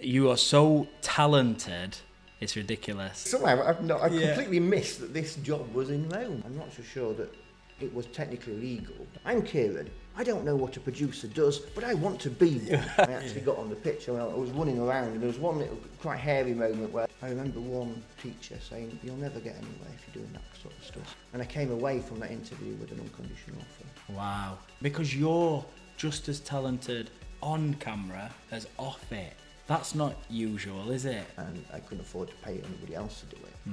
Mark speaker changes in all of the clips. Speaker 1: you are so talented. It's ridiculous.
Speaker 2: Somehow I've, not, I've
Speaker 1: Yeah.
Speaker 2: completely missed that this job was in Rome. I'm not so sure that it was technically legal. I'm Kieran. I don't know what a producer does, but I want to be one. I actually got on the pitch and I was running around, and there was one little quite hairy moment where I remember one teacher saying, You'll never get anywhere if you're doing that sort of stuff. And I came away from that interview with an unconditional offer.
Speaker 1: Wow. Because you're just as talented on camera as off it. That's not usual, is it?
Speaker 2: and I couldn't afford to pay anybody else to do it.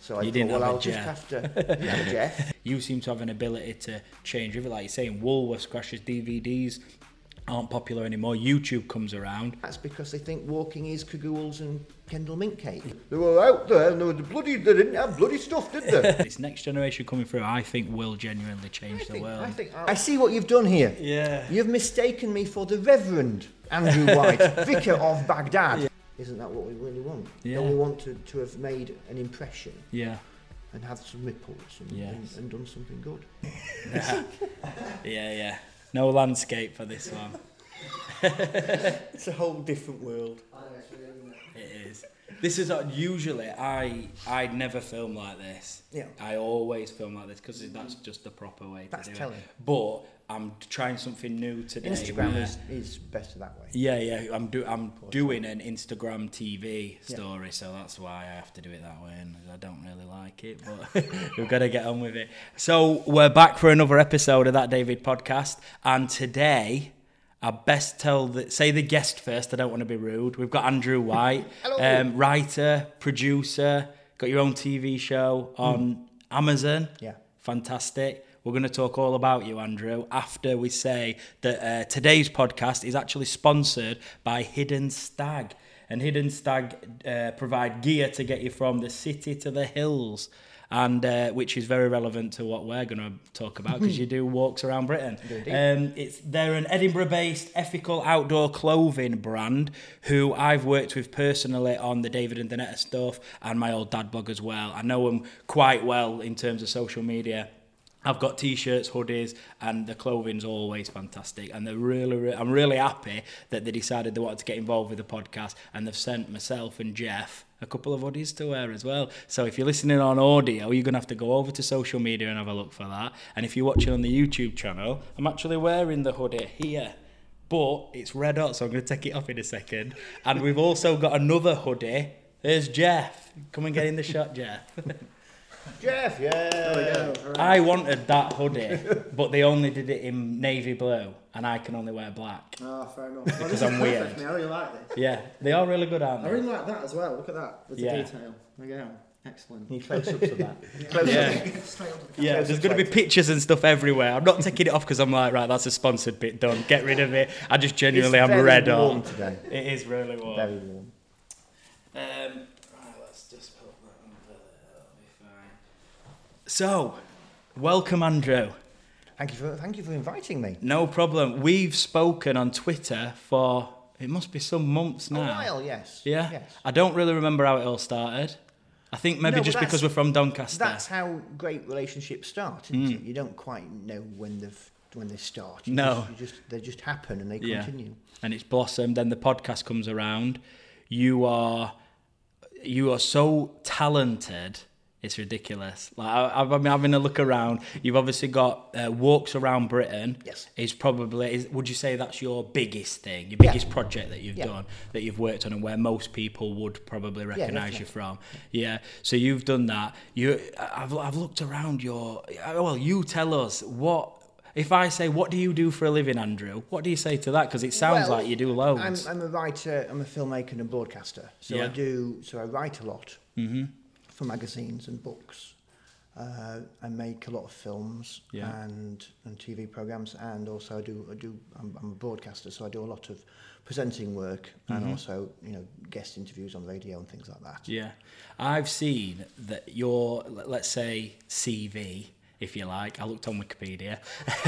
Speaker 2: So
Speaker 1: Hmm. You
Speaker 2: I
Speaker 1: didn't
Speaker 2: thought, well,
Speaker 1: have a
Speaker 2: I'll just
Speaker 1: Jeff.
Speaker 2: have to didn't have a Jeff.
Speaker 1: You seem to have an ability to change with it. Like you're saying, Woolworths crashes, DVDs aren't popular anymore, YouTube comes around.
Speaker 2: That's because they think walking is cagoules and Kendall mint cake. They were out there and they were bloody. They didn't have bloody stuff, did they?
Speaker 1: This next generation coming through, I think, will genuinely change
Speaker 2: I
Speaker 1: the
Speaker 2: think,
Speaker 1: world.
Speaker 2: I think I, I see what you've done here.
Speaker 1: Yeah.
Speaker 2: You've mistaken me for the Reverend Andrew White, vicar of Baghdad. Isn't that what we really want?
Speaker 1: Yeah.
Speaker 2: Don't we want to, to have made an impression
Speaker 1: Yeah.
Speaker 2: and have some ripples and,
Speaker 1: Yes.
Speaker 2: and, and done something good?
Speaker 1: Yeah, yeah. No landscape for this one.
Speaker 2: It's a whole different world.
Speaker 1: It is. This is not usually I I never film like this.
Speaker 2: Yeah.
Speaker 1: I always film like this because that's just the proper way
Speaker 2: That's
Speaker 1: to do
Speaker 2: telling.
Speaker 1: it. But I'm trying something new today.
Speaker 2: Instagram
Speaker 1: where-
Speaker 2: is, is better that way.
Speaker 1: Yeah, yeah. I'm do I'm doing an Instagram TV
Speaker 2: Yeah.
Speaker 1: story, so that's why I have to do it that way, and I don't really like it, but we've got to get on with it. So we're back for another episode of that David podcast, and today. I best tell the say the guest first. I don't want to be rude. We've got Andrew White,
Speaker 2: Hello.
Speaker 1: um, writer, producer. Got your own TV show on Amazon.
Speaker 2: Hmm. Yeah.
Speaker 1: Fantastic. We're going to talk all about you, Andrew, after we say that uh, today's podcast is actually sponsored by Hidden Stag. And Hidden Stag uh, provide gear to get you from the city to the hills, and uh, which is very relevant to what we're going to talk about because you do walks around Britain. Um, it's they're an Edinburgh-based ethical outdoor clothing brand who I've worked with personally on the David and Danetta stuff and my old dad blog as well. I know them quite well in terms of social media. I've got t-shirts, hoodies, and the clothing's always fantastic. And they're really, re I'm really happy that they decided they wanted to get involved with the podcast, and they've sent myself and Jeff a couple of hoodies to wear as well. So if you're listening on audio, you're gonna have to go over to social media and have a look for that. And if you're watching on the YouTube channel, I'm actually wearing the hoodie here. But it's red hot, so I'm going to take it off in a second. And we've also got another hoodie. There's Jeff. Come and get in the shot, Jeff.
Speaker 2: Jeff, yeah.
Speaker 1: I wanted that hoodie, but they only did it in navy blue, and I can only wear black.
Speaker 3: Ah, fair enough. Well,
Speaker 1: Because
Speaker 3: this
Speaker 1: I'm
Speaker 3: is perfect,
Speaker 1: weird.
Speaker 3: mate. I really like this.
Speaker 1: Yeah, they are really good, aren't
Speaker 3: I
Speaker 1: they?
Speaker 3: really like that as well. Look at that. There's
Speaker 1: Yeah.
Speaker 3: the detail. There you go. Excellent.
Speaker 2: Need close ups of that. Close
Speaker 1: Yeah.
Speaker 3: Straight up.
Speaker 1: Yeah, there's going to be pictures and stuff everywhere. I'm not taking it off because I'm like, right, that's a sponsored bit done. Get rid of it. I just genuinely, I'm
Speaker 2: very
Speaker 1: red
Speaker 2: warm
Speaker 1: on.
Speaker 2: today.
Speaker 1: It is really warm.
Speaker 2: Very warm.
Speaker 1: Um, right, let's just put that on there. That'll be fine. So, welcome, Andrew.
Speaker 2: Thank you for thank you for inviting me.
Speaker 1: No problem. We've spoken on Twitter for it must be some months
Speaker 2: A
Speaker 1: now.
Speaker 2: while, yes.
Speaker 1: Yeah.
Speaker 2: Yes.
Speaker 1: I don't really remember how it all started. I think maybe
Speaker 2: No, but
Speaker 1: just
Speaker 2: that's-
Speaker 1: because we're from Doncaster.
Speaker 2: That's how great relationships start, isn't
Speaker 1: Hmm.
Speaker 2: it? You don't quite know when they've when they start. You
Speaker 1: No.
Speaker 2: Just, you just they just happen and they
Speaker 1: Yeah.
Speaker 2: continue.
Speaker 1: and it's blossomed. Then the podcast comes around. You are, you are so talented. It's ridiculous. Like I, I've been having a look around. You've obviously got uh, walks around Britain.
Speaker 2: Yes.
Speaker 1: Is probably is, would you say that's your biggest thing, your biggest project that you've
Speaker 2: Yeah.
Speaker 1: done, that you've worked on, and where most people would probably recognise you
Speaker 2: definitely.
Speaker 1: from? Yeah. So you've done that. You, I've, I've looked around your. Well, you tell us what. If I say, "What do you do for a living, Andrew?" What do you say to that? Because it sounds
Speaker 2: Well,
Speaker 1: like you do
Speaker 2: I'm,
Speaker 1: loads.
Speaker 2: I'm a writer, I'm a filmmaker and a broadcaster. So
Speaker 1: Yeah. Mm-hmm.
Speaker 2: I do, so I write a lot for magazines and books. Uh, I make a lot of films
Speaker 1: Yeah.
Speaker 2: and, and TV programs, and also I do, I do I'm, I'm a broadcaster, so I do a lot of presenting work and also, you know, guest interviews on radio and things like that.
Speaker 1: Mm-hmm. Yeah, I've seen that your le- let's say CV, if you like. I looked on Wikipedia,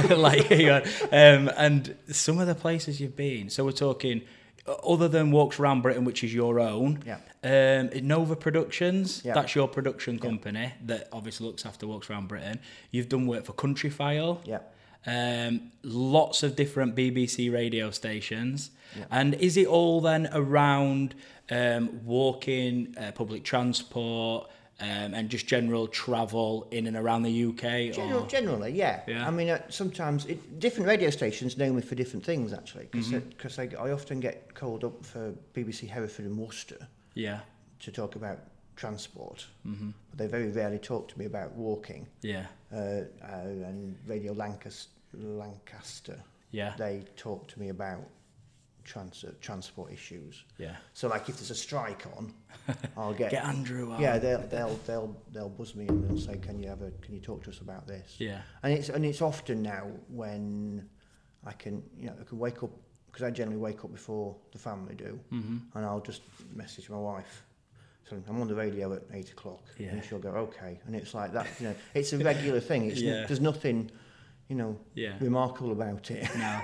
Speaker 1: like you had, um, and some of the places you've been. So we're talking o- other than walks around Britain, which is your own.
Speaker 2: Yeah.
Speaker 1: Um, Nova Productions,
Speaker 2: Yeah.
Speaker 1: that's your production company that obviously looks after walks around Britain. You've done work for Country File.
Speaker 2: Yeah.
Speaker 1: um, lots of different BBC radio stations. And is it all then around um, walking, uh, public transport, um, and just general travel in and around the UK?
Speaker 2: General,
Speaker 1: or?
Speaker 2: Generally, yeah.
Speaker 1: Yeah.
Speaker 2: I mean, uh, sometimes it, different radio stations know me for different things actually, because
Speaker 1: Mm-hmm.
Speaker 2: I, I often get called up for BBC Hereford and Worcester
Speaker 1: Yeah,
Speaker 2: to talk about transport, mm-hmm. but they very rarely talk to me about walking.
Speaker 1: yeah,
Speaker 2: Uh, uh, and Radio Lancaster, Lancaster,
Speaker 1: yeah,
Speaker 2: they talk to me about trans- transport issues.
Speaker 1: yeah.
Speaker 2: So, like, if there's a strike on, I'll get.
Speaker 1: Get Andrew on.
Speaker 2: yeah, they'll, they'll they'll they'll buzz me and they'll say, "Can you have a? Can you talk to us about this?"
Speaker 1: Yeah,
Speaker 2: and it's and it's often now when I can you know I can wake up because I generally wake up before the family do, mm-hmm. and I'll just message my wife. So I'm on the radio at eight o'clock,
Speaker 1: Yeah.
Speaker 2: and she'll go okay, and it's like that. You know, it's a regular thing. It's
Speaker 1: Yeah.
Speaker 2: there's nothing, you know,
Speaker 1: yeah.
Speaker 2: remarkable about it.
Speaker 1: now.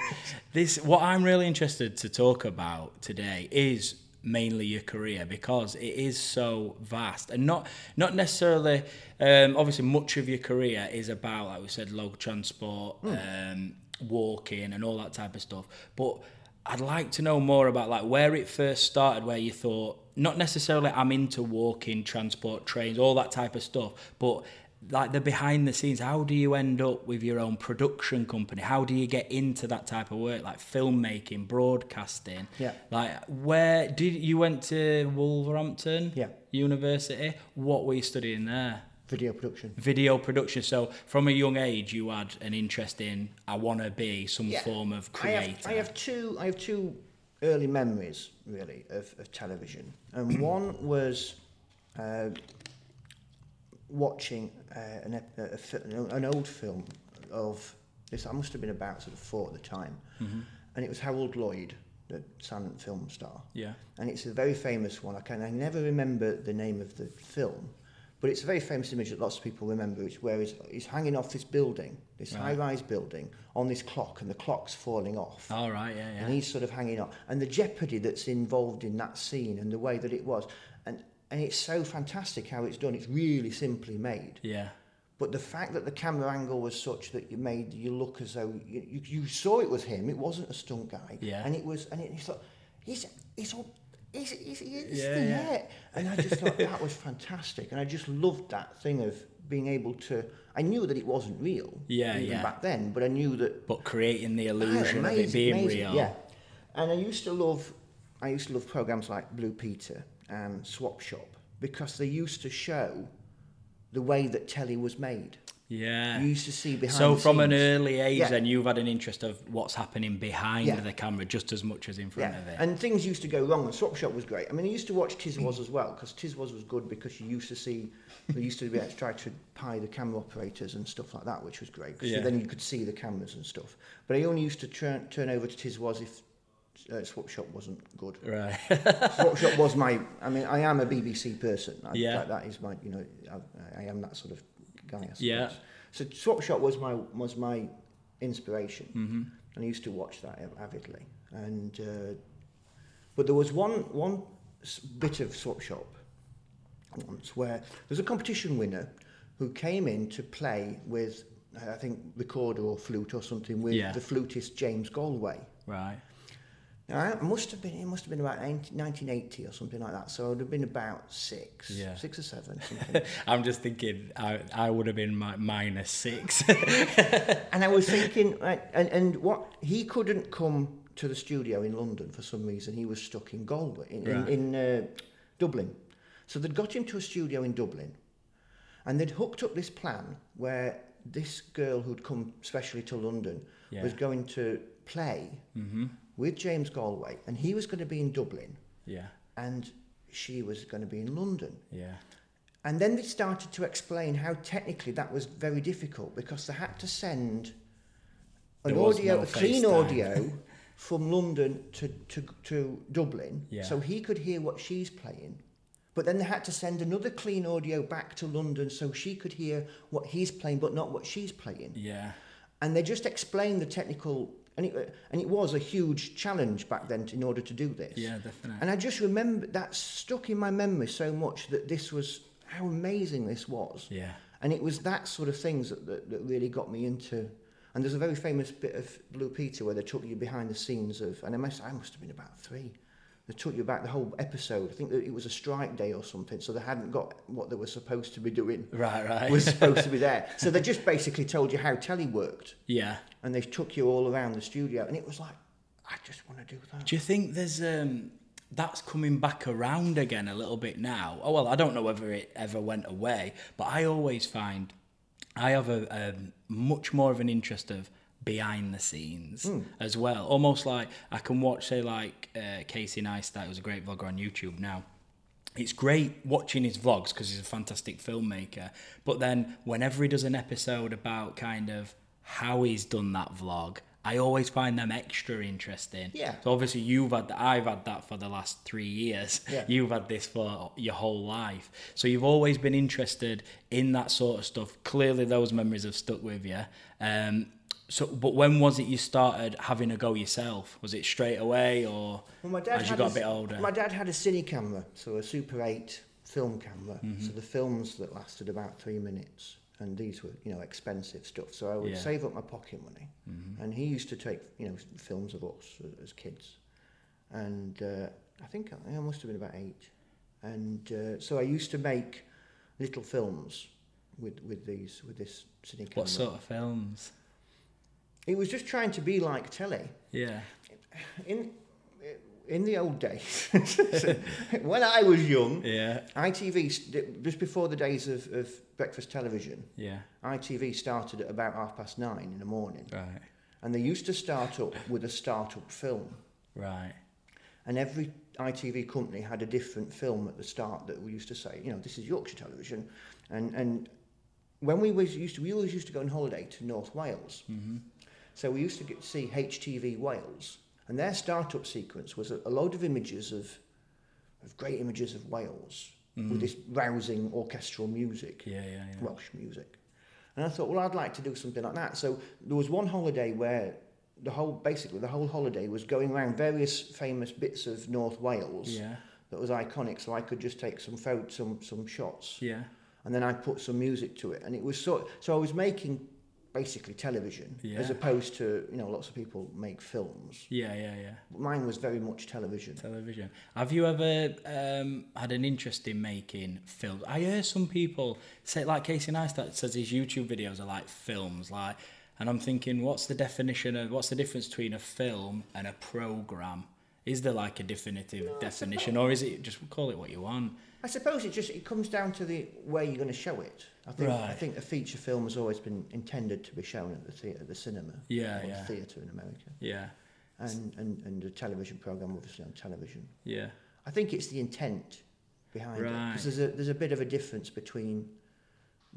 Speaker 1: This what I'm really interested to talk about today is mainly your career because it is so vast and not not necessarily um, obviously much of your career is about like we said local transport um, walking and all that type of stuff but I'd like to know more about like where it first started where you thought not necessarily I'm into walking transport trains all that type of stuff but like the behind the scenes how do you end up with your own production company how do you get into that type of work like filmmaking broadcasting
Speaker 2: Yeah.
Speaker 1: like where did you went to wolverhampton
Speaker 2: Yeah.
Speaker 1: university what were you studying there
Speaker 2: Video production.
Speaker 1: video production so from a young age you had an interest in i want to be some
Speaker 2: Yeah.
Speaker 1: form of
Speaker 2: I
Speaker 1: creator
Speaker 2: have, I have two. I have two early memories really of, of television, and one was uh, watching uh, an, ep- a, fi- an old film of this. I must have been about sort of four at the time, and it was Harold Lloyd, the silent film star.
Speaker 1: yeah
Speaker 2: and it's a very famous one. I can I never remember the name of the film, but it's a very famous image that lots of people remember. It's where he's, he's hanging off this building, this
Speaker 1: Right.
Speaker 2: high-rise building, on this clock, and the clock's falling off.
Speaker 1: all right Oh, yeah
Speaker 2: And
Speaker 1: yeah
Speaker 2: he's sort of hanging on. And the jeopardy that's involved in that scene and the way that it was. And, and it's so fantastic how it's done. It's really simply made.
Speaker 1: yeah
Speaker 2: But the fact that the camera angle was such that you made you look as though you, you, you saw it was him. It wasn't a stunt guy.
Speaker 1: Yeah.
Speaker 2: And it was, and it, it's like, he's, he's all, he's, he's, he's
Speaker 1: Yeah,
Speaker 2: the
Speaker 1: yeah.
Speaker 2: net. And I just thought that was fantastic. And I just loved that thing of being able to, I knew that it wasn't real.
Speaker 1: Yeah,
Speaker 2: even
Speaker 1: yeah.
Speaker 2: Back then, but I knew that
Speaker 1: but creating the
Speaker 2: Oh,
Speaker 1: illusion of it being
Speaker 2: amazing,
Speaker 1: real
Speaker 2: Yeah, and I used to love, I used to love programs like Blue Peter and Swap Shop because they used to show the way that telly was made.
Speaker 1: yeah
Speaker 2: You used to see behind.
Speaker 1: So
Speaker 2: the
Speaker 1: from an
Speaker 2: scenes.
Speaker 1: early age,
Speaker 2: Yeah.
Speaker 1: then you've had an interest of what's happening behind
Speaker 2: Yeah.
Speaker 1: the camera just as much as in front of it.
Speaker 2: And things used to go wrong, and Swap Shop was great. I mean, I used to watch Tiswas as well, because Tiswas was good because you used to see, they used to be able to try to pie the camera operators and stuff like that, which was great, because
Speaker 1: Yeah.
Speaker 2: then you could see the cameras and stuff. But I only used to turn, turn over to Tiswas if uh, Swap Shop wasn't good.
Speaker 1: right.
Speaker 2: Swap Shop was my, I mean, I am a BBC person. I,
Speaker 1: Yeah.
Speaker 2: That, that is my, you know, I, I am that sort of guy, I suppose.
Speaker 1: Yeah.
Speaker 2: So Swap Shop was my, was my inspiration. Mm-hmm. And I used to watch that avidly. And, uh, but there was one, one s- bit of Swap Shop once where there's a competition winner who came in to play with, uh, I think, recorder or flute or something with
Speaker 1: Yeah.
Speaker 2: the flutist James Galway.
Speaker 1: right.
Speaker 2: Now, I must have been. It must have been about 19, 1980 or something like that. So I would have been about six,
Speaker 1: Yeah.
Speaker 2: six or seven. Something.
Speaker 1: I'm just thinking I, I would have been mi- minus six.
Speaker 2: and I was thinking, right, and and what he couldn't come to the studio in London for some reason. He was stuck in Galway, in,
Speaker 1: Right.
Speaker 2: in, in uh, Dublin. So they'd got him to a studio in Dublin, and they'd hooked up this plan where this girl who'd come specially to London
Speaker 1: Yeah. Mm-hmm.
Speaker 2: was going to play with James Galway, and he was going to be in Dublin.
Speaker 1: yeah.
Speaker 2: and she was going to be in London.
Speaker 1: Yeah.
Speaker 2: And then they started to explain how technically that was very difficult because they had to send
Speaker 1: There
Speaker 2: an
Speaker 1: was
Speaker 2: audio,
Speaker 1: no
Speaker 2: a clean
Speaker 1: FaceTime.
Speaker 2: audio from London to, to, to Dublin
Speaker 1: Yeah.
Speaker 2: so he could hear what she's playing. But then they had to send another clean audio back to London so she could hear what he's playing but not what she's playing
Speaker 1: Yeah.
Speaker 2: and they just explained the technical and it, and it was a huge challenge back then to, in order to do this
Speaker 1: Yeah, definitely.
Speaker 2: and i just remember that stuck in my memory so much that this was how amazing this was
Speaker 1: Yeah.
Speaker 2: and it was that sort of things that, that, that really got me into And there's a very famous bit of Blue Peter where they took you behind the scenes of, and I must, I must have been about three. They took you back the whole episode. I think that it was a strike day or something, so they hadn't got what they were supposed to be doing.
Speaker 1: Right, right.
Speaker 2: Was supposed to be there. So they just basically told you how telly worked,
Speaker 1: yeah.
Speaker 2: and they took you all around the studio, and it was like, I just want to do that.
Speaker 1: Do you think there's um that's coming back around again a little bit now? Oh well, I don't know whether it ever went away, but I always find I have a, um much more of an interest of behind the scenes as well. Almost like I can watch, say, like uh, Casey Neistat, who's a great vlogger on YouTube now. It's great watching his vlogs because he's a fantastic filmmaker. But then whenever he does an episode about kind of how he's done that vlog, I always find them extra interesting.
Speaker 2: Yeah.
Speaker 1: So obviously you've had that, I've had that for the last three years.
Speaker 2: Yeah.
Speaker 1: You've had this for your whole life. So you've always been interested in that sort of stuff. Clearly those memories have stuck with you. Um, so, but when was it you started having a go yourself? Was it straight away or
Speaker 2: Well, my dad
Speaker 1: as you
Speaker 2: had
Speaker 1: got
Speaker 2: a,
Speaker 1: a bit older?
Speaker 2: My dad had a cine camera, so a Super 8 film camera.
Speaker 1: Mm-hmm.
Speaker 2: So the films that lasted about three minutes, and these were, you know, expensive stuff. So I would
Speaker 1: Yeah. Mm-hmm.
Speaker 2: save up my pocket money, and he used to take, you know, films of us as, as kids. And uh, I think I, I must have been about eight. And uh, so I used to make little films with, with these with this cine camera.
Speaker 1: What sort of films?
Speaker 2: It was just trying to be like telly.
Speaker 1: Yeah.
Speaker 2: In in the old days, when I was young,
Speaker 1: Yeah.
Speaker 2: ITV st- just before the days of, of breakfast television,
Speaker 1: Yeah.
Speaker 2: ITV started at about half past nine in the morning,
Speaker 1: Right.
Speaker 2: and they used to start up with a start-up film,
Speaker 1: Right.
Speaker 2: and every ITV company had a different film at the start that we used to say, you know, this is Yorkshire Television, and and when we was used to, we always used to go on holiday to North Wales, mm-hmm. so we used to get to see HTV Wales, and their start-up sequence was a, a load of images of of great images of Wales with this rousing orchestral music.
Speaker 1: Yeah. Yeah. Yeah.
Speaker 2: Welsh music. And I thought, well, I'd like to do something like that. So there was one holiday where the whole, basically, the whole holiday was going around various famous bits of North Wales
Speaker 1: Yeah.
Speaker 2: that was iconic. So I could just take some photos, some some shots,
Speaker 1: Yeah.
Speaker 2: and then I put some music to it. And it was sort. So I was making basically television
Speaker 1: Yeah.
Speaker 2: as opposed to you know lots of people make films.
Speaker 1: Yeah. Yeah. Yeah.
Speaker 2: Mine was very much television.
Speaker 1: Television. Have you ever um, had an interest in making films? I hear some people say, like Casey Neistat says, his YouTube videos are like films, like. And I'm thinking, what's the definition of what's the difference between a film and a program? Is there like a definitive definition, or is it just call it what you want?
Speaker 2: I suppose it just it comes down to the way you're going to show it. I think I
Speaker 1: Right.
Speaker 2: think a feature film has always been intended to be shown at the theatre, the cinema,
Speaker 1: Yeah,
Speaker 2: or
Speaker 1: yeah.
Speaker 2: the theatre in America,
Speaker 1: Yeah,
Speaker 2: and and and a television program obviously on television.
Speaker 1: yeah,
Speaker 2: I think it's the intent behind it
Speaker 1: Right.
Speaker 2: because there's a there's a bit of a difference between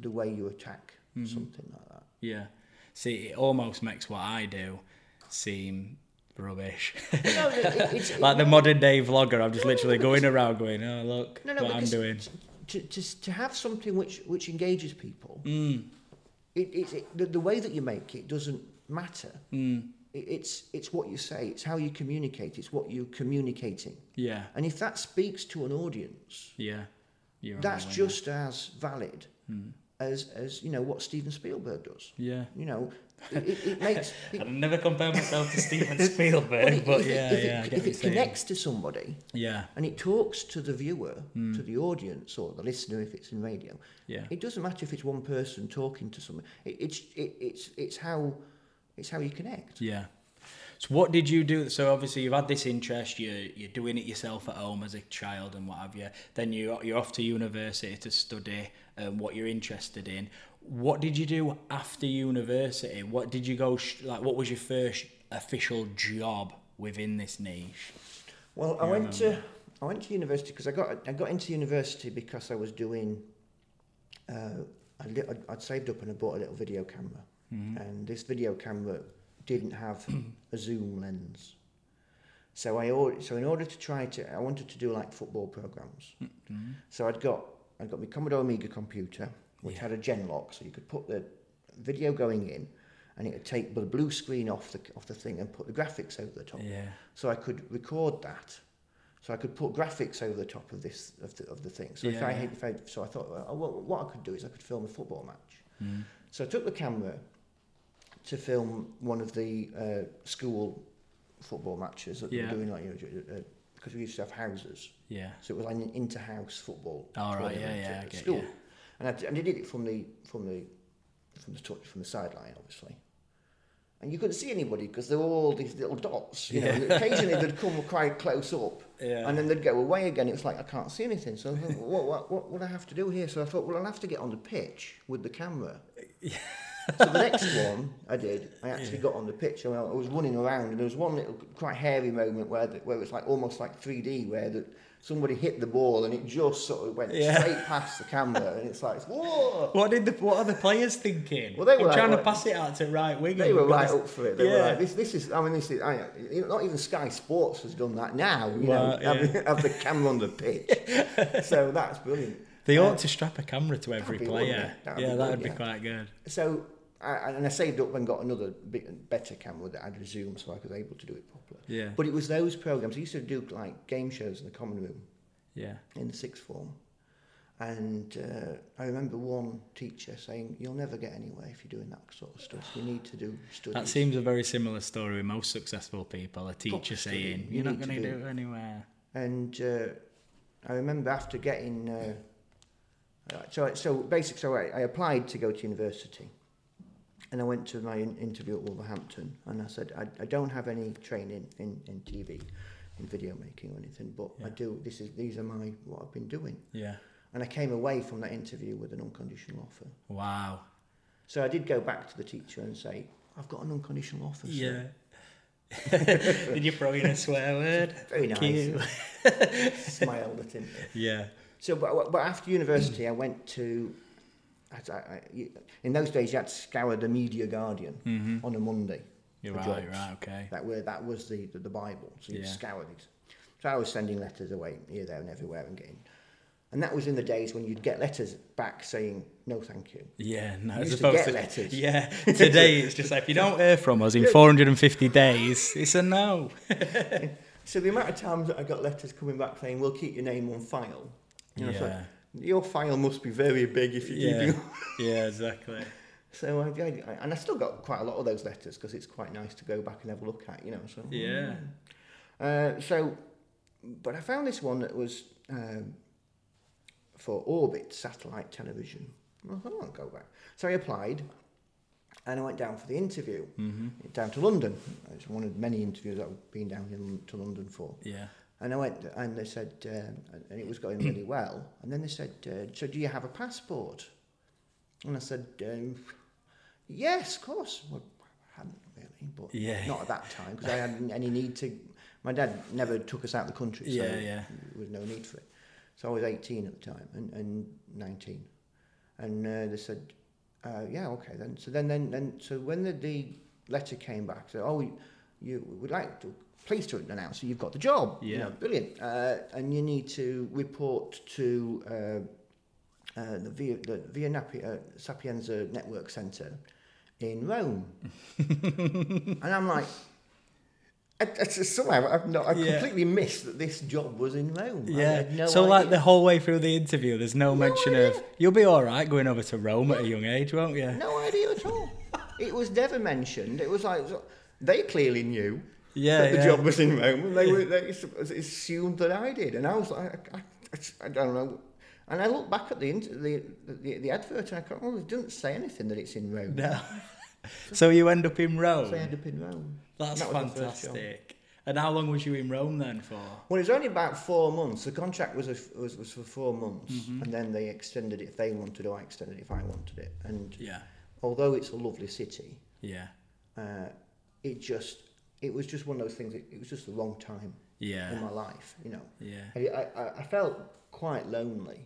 Speaker 2: the way you attack
Speaker 1: Mm-hmm.
Speaker 2: something like that.
Speaker 1: yeah. See, it almost makes what I do seem rubbish.
Speaker 2: No, it, it, it's,
Speaker 1: like the modern day vlogger, I'm just literally going around going, oh look
Speaker 2: No, no,
Speaker 1: what I'm
Speaker 2: because
Speaker 1: doing.
Speaker 2: To, to, to have something which, which engages people,
Speaker 1: Mm.
Speaker 2: it, it, it, the, the way that you make it doesn't matter.
Speaker 1: Mm.
Speaker 2: It, it's, it's what you say, it's how you communicate, it's what you're communicating.
Speaker 1: Yeah,
Speaker 2: And if that speaks to an audience,
Speaker 1: yeah. You're on the
Speaker 2: that's
Speaker 1: winner.
Speaker 2: just as valid as, as, you know, what Steven Spielberg
Speaker 1: Mm.
Speaker 2: does.
Speaker 1: yeah.
Speaker 2: You know, it, it, it makes... It,
Speaker 1: I'd never compare myself to Steven
Speaker 2: but
Speaker 1: Spielberg,
Speaker 2: it-
Speaker 1: but
Speaker 2: if it-
Speaker 1: yeah,
Speaker 2: if it-
Speaker 1: yeah, I get
Speaker 2: if
Speaker 1: what you're
Speaker 2: it
Speaker 1: saying.
Speaker 2: connects to somebody,
Speaker 1: Yeah,
Speaker 2: and it talks to the viewer, to the audience, or the listener if it's in radio.
Speaker 1: Yeah.
Speaker 2: It doesn't matter if it's one person talking to someone. It, it's it, it's it's how it's how you connect.
Speaker 1: yeah. So what did you do? So obviously you've had this interest. You're you're doing it yourself at home as a child and what have you. Then you you're off to university to study um, what you're interested in. What did you do after university? What did you go sh- like? What was your first official job within this niche?
Speaker 2: Well, I went to I went to university because I got I got into university because I was doing. Uh, I li- I'd, I'd saved up and I bought a little video camera, and this video camera didn't have a zoom lens. So I or- so in order to try to I wanted to do like football programs. So I'd got I'd got my Commodore Amiga computer, which had a gen lock, so you could put the video going in, and it would take the blue screen off the off the thing and put the graphics over the top.
Speaker 1: Yeah.
Speaker 2: So I could record that. So I could put graphics over the top of this of the, of the thing. So if
Speaker 1: Yeah,
Speaker 2: I
Speaker 1: yeah.
Speaker 2: hit, if I, so
Speaker 1: Mm.
Speaker 2: I thought well, what, what I could do is I could film a football match. So I took the camera, to film one of the uh, school football matches that
Speaker 1: Yeah.
Speaker 2: they were doing, like you know, because we used to have houses,
Speaker 1: Yeah.
Speaker 2: so it was like an inter-house football.
Speaker 1: All Oh, right,
Speaker 2: tournament
Speaker 1: yeah, yeah,
Speaker 2: at
Speaker 1: I get
Speaker 2: school,
Speaker 1: you.
Speaker 2: and I, and they did it from the from the from the touch from the sideline, obviously. And you couldn't see anybody because there were all these little dots. You know, occasionally they'd come quite close up,
Speaker 1: Yeah.
Speaker 2: and then they'd go away again. It was like I can't see anything. So I thought, what, what, what would I have to do here? So I thought, well, I'll have to get on the pitch with the camera. so the next one I did, I actually got on the pitch. and I was running around, and there was one little quite hairy moment where the, where it was like almost like 3D, where that somebody hit the ball and it just sort of went
Speaker 1: Yeah.
Speaker 2: straight past the camera, and it's like whoa.
Speaker 1: What did the what are the players thinking?
Speaker 2: Well, they were
Speaker 1: I'm
Speaker 2: like,
Speaker 1: trying to
Speaker 2: what-
Speaker 1: pass it out to right wing.
Speaker 2: They were right up for it. They were
Speaker 1: Yeah.
Speaker 2: like, this, this is, I mean, this is, I, you know, not even Sky Sports has done that now, you
Speaker 1: Well,
Speaker 2: know,
Speaker 1: yeah.
Speaker 2: have, have the camera on the pitch. so that's brilliant.
Speaker 1: They ought to strap a camera to every
Speaker 2: be wouldn't
Speaker 1: player.
Speaker 2: it? That'd
Speaker 1: yeah,
Speaker 2: be
Speaker 1: that
Speaker 2: good,
Speaker 1: would be
Speaker 2: yeah.
Speaker 1: quite good.
Speaker 2: So, I, and I saved up and got another bit better camera that I'd resumed so I was able to do it properly.
Speaker 1: Yeah.
Speaker 2: But it was those programs. I used to do like game shows in the common room
Speaker 1: Yeah.
Speaker 2: in the sixth form. And uh, I remember one teacher saying, You'll never get anywhere if you're doing that sort of stuff. You need to do studies.
Speaker 1: That seems a very similar story with most successful people. A teacher
Speaker 2: study.
Speaker 1: saying,
Speaker 2: You
Speaker 1: "You're not
Speaker 2: need to
Speaker 1: going to
Speaker 2: do
Speaker 1: do it anywhere."
Speaker 2: and uh, I remember after getting uh, uh, so I- so basically so I, I applied to go to university and I went to my in- interview at Wolverhampton and I said I, I don't have any training in, in TV in video making or anything but I
Speaker 1: Yeah.
Speaker 2: do this is these are my what I've been doing
Speaker 1: Yeah.
Speaker 2: and I came away from that interview with an unconditional offer
Speaker 1: Wow.
Speaker 2: so I did go back to the teacher and say I've got an unconditional offer sir."
Speaker 1: Yeah. Did you throw in a swear word?
Speaker 2: very
Speaker 1: Thank
Speaker 2: nice
Speaker 1: you.
Speaker 2: smiled at him
Speaker 1: Yeah.
Speaker 2: So, but, but after university, I went to. I, I, I- you- in those days, you had to scour the Media Guardian on a Monday.
Speaker 1: Mm-hmm. You're
Speaker 2: for
Speaker 1: right.
Speaker 2: jobs.
Speaker 1: Right. Okay.
Speaker 2: That were that was the the, the Bible. So you
Speaker 1: Yeah.
Speaker 2: scour these. So I was sending letters away here, there, and everywhere, and getting. And that was in the days when you'd get letters back saying no, thank you.
Speaker 1: Yeah, no,
Speaker 2: You
Speaker 1: as
Speaker 2: used to
Speaker 1: opposed
Speaker 2: get letters.
Speaker 1: Yeah, today it's just like if you don't hear from us in 450 days, it's a no.
Speaker 2: So the amount of times that I got letters coming back saying we'll keep your name on file. You know, it's like,
Speaker 1: Yeah.
Speaker 2: your file must be very big if you keep
Speaker 1: Yeah,
Speaker 2: your
Speaker 1: yeah, exactly.
Speaker 2: So I, I, I- and I still got quite a lot of those letters because it's quite nice to go back and have a look at, you know. So
Speaker 1: Yeah,
Speaker 2: Uh, so, but I found this one that was um, for orbit satellite television. I thought, I'll go back. So I applied, and I went down for the interview
Speaker 1: Mm-hmm.
Speaker 2: down to London. It's one of many interviews I've been down in, to London for.
Speaker 1: yeah,
Speaker 2: And I went, and they said, um, and it was going really well. And then they said, uh, so do you have a passport? And I said, um, yes, of course. Well, I hadn't really, but
Speaker 1: Yeah.
Speaker 2: not at that time because I hadn't any need to. My dad never took us out of the country, so
Speaker 1: Yeah, yeah.
Speaker 2: there was no need for it. So I was 18 at the time and, and 19. And uh, they said, uh, yeah, okay then. So then, then, then, so when the, the letter came back, so oh, you- you would like to, pleased to announce that you've got the job. You
Speaker 1: Yeah.
Speaker 2: know, brilliant. Uh, and you need to report to uh, uh, the Via, the Via Napi, uh, Sapienza Network Centre in Rome. and I'm like, I, I, somehow I've not, I
Speaker 1: Yeah.
Speaker 2: completely missed that this job was in Rome. I
Speaker 1: yeah.
Speaker 2: had no
Speaker 1: so, like the
Speaker 2: idea.
Speaker 1: whole way through the interview, there's no, mention
Speaker 2: idea.
Speaker 1: of you'll be all right going over to Rome at a young age, won't you?
Speaker 2: No idea at all. it was never mentioned. It was like so- they clearly knew
Speaker 1: Yeah,
Speaker 2: that the
Speaker 1: yeah.
Speaker 2: job was in Rome, and they were they s- assumed that I did, and I was like, I, I, I don't know. And I looked back at the int- the, the the advert, and I thought, well, it doesn't say anything that it's in Rome.
Speaker 1: No. so you end up in Rome.
Speaker 2: So I ended up in Rome.
Speaker 1: That's
Speaker 2: That was my first job.
Speaker 1: fantastic. And how long was you in Rome then for?
Speaker 2: Well, it was only about four months. The contract was a, was, was for four months,
Speaker 1: Mm-hmm.
Speaker 2: and then they extended it if they wanted, or I extended it if I wanted it. And
Speaker 1: Yeah,
Speaker 2: although it's a lovely city,
Speaker 1: yeah,
Speaker 2: uh, it just it was just one of those things. It, it was just the wrong time in
Speaker 1: yeah,
Speaker 2: my life, you know.
Speaker 1: yeah,
Speaker 2: I, I, I felt quite lonely.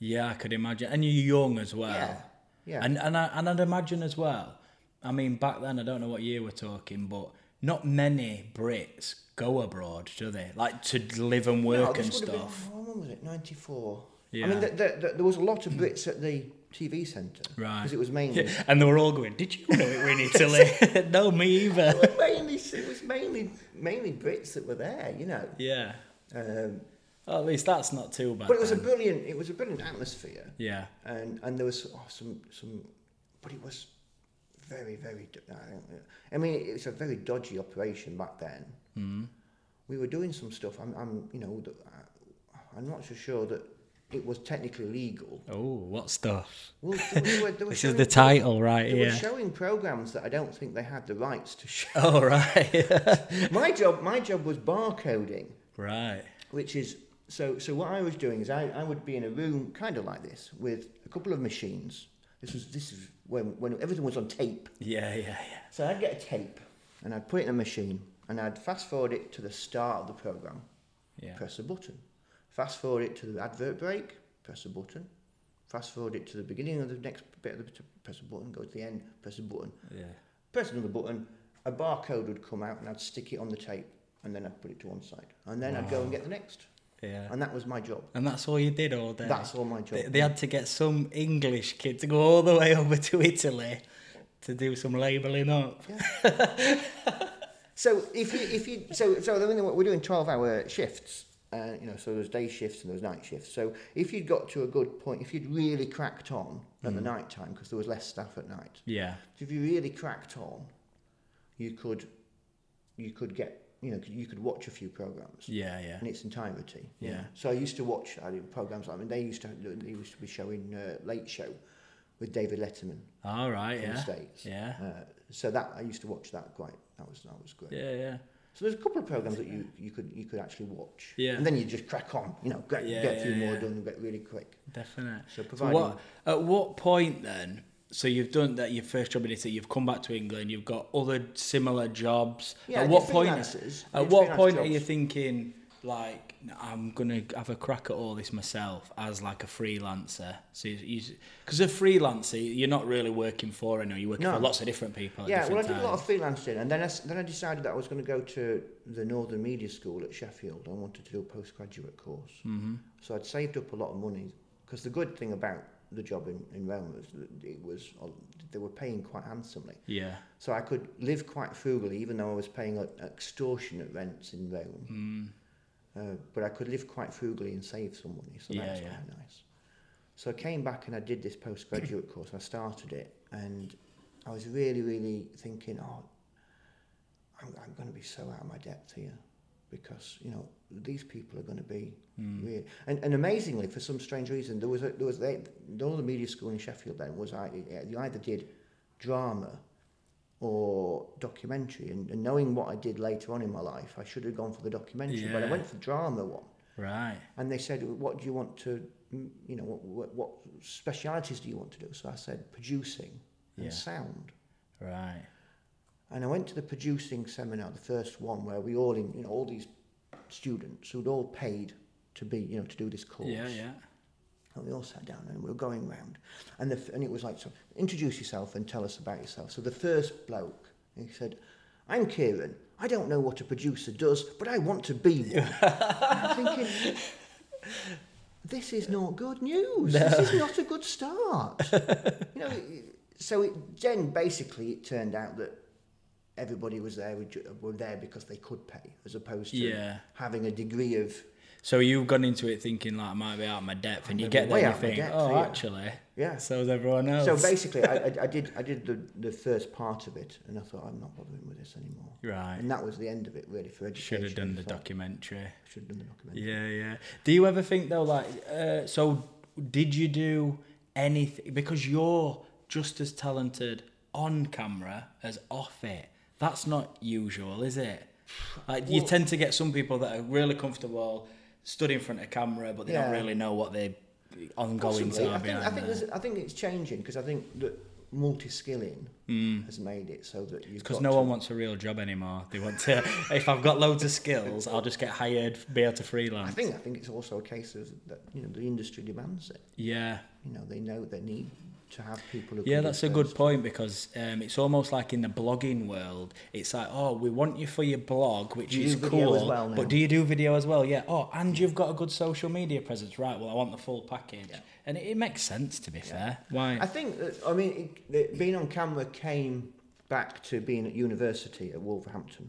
Speaker 1: yeah. I could imagine. And you're young as well.
Speaker 2: Yeah, yeah.
Speaker 1: And and I, and I'd imagine as well. I mean, back then I don't know what year we're talking, but not many Brits go abroad, do they? Like to live and
Speaker 2: No,
Speaker 1: work
Speaker 2: this
Speaker 1: and
Speaker 2: would have
Speaker 1: stuff.
Speaker 2: Been, oh, when was it? Ninety four. I
Speaker 1: Yeah.
Speaker 2: mean, th th th there was a lot of Brits at the TV centre
Speaker 1: Right.
Speaker 2: because it was mainly
Speaker 1: And they were all going, "Did you know it were in Italy?" no, me either.
Speaker 2: it was mainly it was mainly mainly Brits that were there, you know.
Speaker 1: Yeah.
Speaker 2: Um,
Speaker 1: Well, at least that's not too bad.
Speaker 2: but it was a
Speaker 1: then.
Speaker 2: brilliant it was a brilliant atmosphere,
Speaker 1: yeah.
Speaker 2: and and there was oh, some some, but it was very, very. d- I, don't, I mean, it's a very dodgy operation back then.
Speaker 1: Mm.
Speaker 2: We were doing some stuff. I'm, I'm you know, th- I, I'm not so sure that it was technically legal.
Speaker 1: Oh, what stuff?
Speaker 2: Well, they were- they were- they were
Speaker 1: This is
Speaker 2: showing-
Speaker 1: the title right
Speaker 2: They were
Speaker 1: here.
Speaker 2: showing programs that I don't think they had the rights to show.
Speaker 1: Oh, right.
Speaker 2: my job, my job was barcoding.
Speaker 1: right.
Speaker 2: which is so so what I was doing is I, I would be in a room kind of like this with a couple of machines. This was this is when when everything was on tape.
Speaker 1: Yeah, yeah, yeah.
Speaker 2: So I'd get a tape and I'd put it in a machine and I'd fast forward it to the start of the program.
Speaker 1: Yeah.
Speaker 2: Press a button. Fast forward it to the advert break. Press a button. Fast forward it to the beginning of the next bit of the press a button. Go to the end. Press a button.
Speaker 1: Yeah.
Speaker 2: Press another button. A barcode would come out and I'd stick it on the tape and then I'd put it to one side and then I'd go and get the next.
Speaker 1: Yeah.
Speaker 2: And that was my job.
Speaker 1: And that's all you did all day.
Speaker 2: That's all my job.
Speaker 1: They, they had to get some English kid to go all the way over to Italy to do some labelling up.
Speaker 2: So if you if you so so I mean, we're doing twelve hour shifts. Uh, you know, so there's day shifts and there's night shifts. So if you'd got to a good point, if you'd really cracked on at
Speaker 1: Hmm.
Speaker 2: the night time, because there was less staff at night,
Speaker 1: Yeah.
Speaker 2: if you really cracked on, you could, you could get, you know, you could watch a few programs
Speaker 1: Yeah, yeah.
Speaker 2: in its entirety.
Speaker 1: Yeah.
Speaker 2: So I used to watch I did programs. I mean, they used to they used to be showing uh, Late Show with David Letterman
Speaker 1: All right,
Speaker 2: in the
Speaker 1: yeah.
Speaker 2: States.
Speaker 1: Yeah.
Speaker 2: Uh, so that I used to watch that quite. That was that was great.
Speaker 1: Yeah, yeah.
Speaker 2: So there's a couple of programs that you, you could you could actually watch.
Speaker 1: Yeah.
Speaker 2: And then you just crack on, you know, get,
Speaker 1: Yeah,
Speaker 2: get a few
Speaker 1: yeah,
Speaker 2: more
Speaker 1: yeah.
Speaker 2: done and get really quick.
Speaker 1: Definitely.
Speaker 2: So
Speaker 1: So
Speaker 2: providing
Speaker 1: what, at what point then? So you've done that. Your first job in Italy. You've come back to England. You've got other similar jobs.
Speaker 2: Yeah, I
Speaker 1: at
Speaker 2: did
Speaker 1: what point?
Speaker 2: freelancers. I
Speaker 1: At
Speaker 2: did
Speaker 1: what
Speaker 2: freelance
Speaker 1: point are you
Speaker 2: jobs.
Speaker 1: thinking like I'm gonna have a crack at all this myself as like a freelancer? So because a freelancer, you're not really working for anyone. You're working
Speaker 2: No.
Speaker 1: for lots of different people. At
Speaker 2: yeah, well, I
Speaker 1: different
Speaker 2: did a lot
Speaker 1: times.
Speaker 2: of freelancing, and then I, s- then I decided that I was going to go to the Northern Media School at Sheffield. I wanted to do a postgraduate course. Mm-hmm. So I'd saved up a lot of money because the good thing about the job in, in Rome was that it was uh, they were paying quite handsomely.
Speaker 1: Yeah,
Speaker 2: So I could live quite frugally, even though I was paying like, extortionate rents in Rome.
Speaker 1: Mm.
Speaker 2: Uh, but I could live quite frugally and save some money, so
Speaker 1: Yeah,
Speaker 2: that was
Speaker 1: yeah.
Speaker 2: quite nice. So I came back and I did this postgraduate course. I started it, and I was really, really thinking, oh, I'm, I'm going to be so out of my depth here because you know these people are going to be
Speaker 1: Hmm.
Speaker 2: really and, and amazingly for some strange reason there was a, there was they, all the media school in Sheffield then was I you either did drama or documentary and, and knowing what I did later on in my life I should have gone for the documentary but I
Speaker 1: Yeah.
Speaker 2: went for drama one
Speaker 1: right.
Speaker 2: and they said what do you want to mm, you know what what, what specialities do you want to do so I said producing and
Speaker 1: Yeah.
Speaker 2: sound
Speaker 1: Right.
Speaker 2: And I went to the producing seminar, the first one, where we all, in, you know, all these students who'd all paid to be, you know, to do this course.
Speaker 1: Yeah, yeah.
Speaker 2: And we all sat down and we were going round. And, the, f- and it was like, so introduce yourself and tell us about yourself. So the first bloke, he said, I'm Kieran. I don't know what a producer does, but I want to be one. I'm thinking, this is not good news. This is not a good start. you know, so it, then basically it turned out that everybody was there with, ju- were there because they could pay, as opposed to
Speaker 1: Yeah.
Speaker 2: having a degree of
Speaker 1: So you've gone into it thinking like I might be out of my depth, and you get there
Speaker 2: way
Speaker 1: and
Speaker 2: out
Speaker 1: you
Speaker 2: of my
Speaker 1: think,
Speaker 2: depth,
Speaker 1: oh,
Speaker 2: yeah.
Speaker 1: actually,
Speaker 2: Yeah.
Speaker 1: So's everyone else.
Speaker 2: So basically, I, I, I did I did the, the first part of it, and I thought I'm not bothering with this anymore.
Speaker 1: Right.
Speaker 2: And that was the end of it, really, for education.
Speaker 1: Should have done the
Speaker 2: So I
Speaker 1: documentary.
Speaker 2: Should have done the documentary.
Speaker 1: Yeah, yeah. Do you ever think though, like, uh, so did you do anything because you're just as talented on camera as off it? That's not usual, is it? Like, you tend to get some people that are really comfortable stood in front of camera, but they don't
Speaker 2: Yeah.
Speaker 1: really know what their ongoings
Speaker 2: Possibly.
Speaker 1: are
Speaker 2: I think,
Speaker 1: behind
Speaker 2: I think,
Speaker 1: there.
Speaker 2: there's, I think it's changing because I think that multi-skilling has made it so that you've
Speaker 1: Because
Speaker 2: got
Speaker 1: Hmm. no
Speaker 2: to-
Speaker 1: one wants a real job anymore. They want to. if I've got loads of skills, I'll just get hired, be able to freelance.
Speaker 2: I think I think it's also a case of that you know the industry demands it.
Speaker 1: Yeah.
Speaker 2: You know they know they need to have people. Who
Speaker 1: Yeah,
Speaker 2: can do
Speaker 1: that's a
Speaker 2: those.
Speaker 1: good point because um, it's almost like in the blogging world, it's like, oh, we want you for your blog, which
Speaker 2: Do you
Speaker 1: is
Speaker 2: do video
Speaker 1: cool.
Speaker 2: as well now?
Speaker 1: but do you do video as well? Yeah. Oh, and you've got a good social media presence, right? Well, I want the full package, and it, it makes sense to be fair. Why?
Speaker 2: I think that, I mean it, that being on camera came back to being at university at Wolverhampton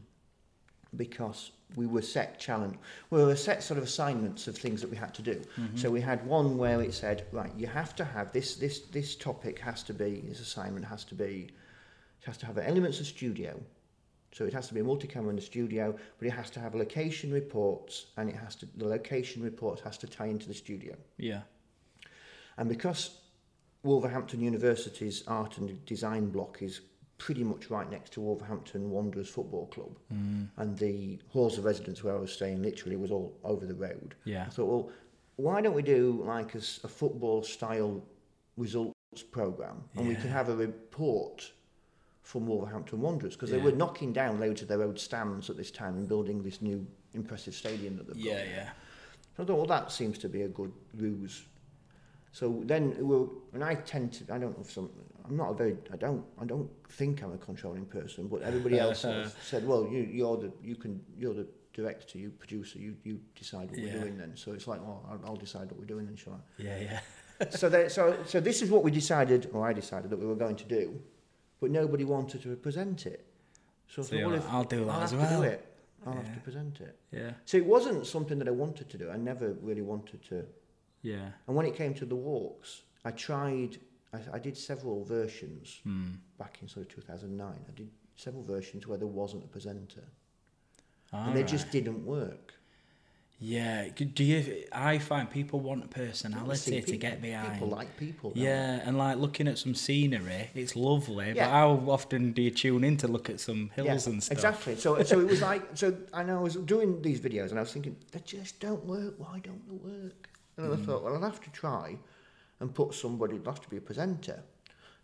Speaker 2: because we were set challenge we were set sort of assignments of things that we had to do so we had one where it said right you have to have this this this topic has to be this assignment has to be It has to have elements of studio. So it has to be a multi-camera in the studio, but it has to have location reports, and it has to the location reports has to tie into the studio.
Speaker 1: Yeah.
Speaker 2: And because Wolverhampton University's art and design block is pretty much right next to Wolverhampton Wanderers Football Club, mm. and the halls of residence where I was staying literally was all over the road.
Speaker 1: Yeah.
Speaker 2: I thought, well, why don't we do like a, s- a football style results program, and we
Speaker 1: Yeah.
Speaker 2: can have a report from Wolverhampton Wanderers because they
Speaker 1: Yeah.
Speaker 2: were knocking down loads of their old stands at this time and building this new impressive stadium that they've got.
Speaker 1: Yeah, yeah.
Speaker 2: So I thought, well, that seems to be a good ruse. So then, well, and I tend to, I don't know if some, I'm not a very, I don't, I don't think I'm a controlling person, but everybody else sort of said, well, you, you're the, you can, you're the director, you producer, you, you decide what
Speaker 1: Yeah.
Speaker 2: we're doing then. So it's like, well, I'll, I'll decide what we're doing then, shall I?
Speaker 1: Yeah, yeah.
Speaker 2: so they, so so this is what we decided, or I decided that we were going to do, but nobody wanted to present it. So, I
Speaker 1: So
Speaker 2: thought,
Speaker 1: you're
Speaker 2: well,
Speaker 1: like,
Speaker 2: if
Speaker 1: "I'll do that
Speaker 2: I'll
Speaker 1: as
Speaker 2: have
Speaker 1: well."
Speaker 2: To do it. I'll have
Speaker 1: Yeah.
Speaker 2: to present it.
Speaker 1: Yeah.
Speaker 2: So it wasn't something that I wanted to do. I never really wanted to.
Speaker 1: Yeah.
Speaker 2: And when it came to the walks, I tried. I, I did several versions
Speaker 1: Hmm.
Speaker 2: back in sort of 2009. I did several versions where there wasn't a presenter,
Speaker 1: All
Speaker 2: and they
Speaker 1: right.
Speaker 2: just didn't work.
Speaker 1: Yeah. c- Do you? I find people want
Speaker 2: You see,
Speaker 1: personality to
Speaker 2: people-
Speaker 1: get behind.
Speaker 2: People like people. now.
Speaker 1: yeah, and like looking at some scenery, it's lovely. But
Speaker 2: Yeah.
Speaker 1: how often do you tune in to look at some hills
Speaker 2: Yeah,
Speaker 1: and stuff?
Speaker 2: Exactly. So so it was like so and I was doing these videos and I was thinking, they just don't work, why don't they work? And
Speaker 1: Mm.
Speaker 2: I thought, well I'll have to try and put somebody it'll have to be a presenter.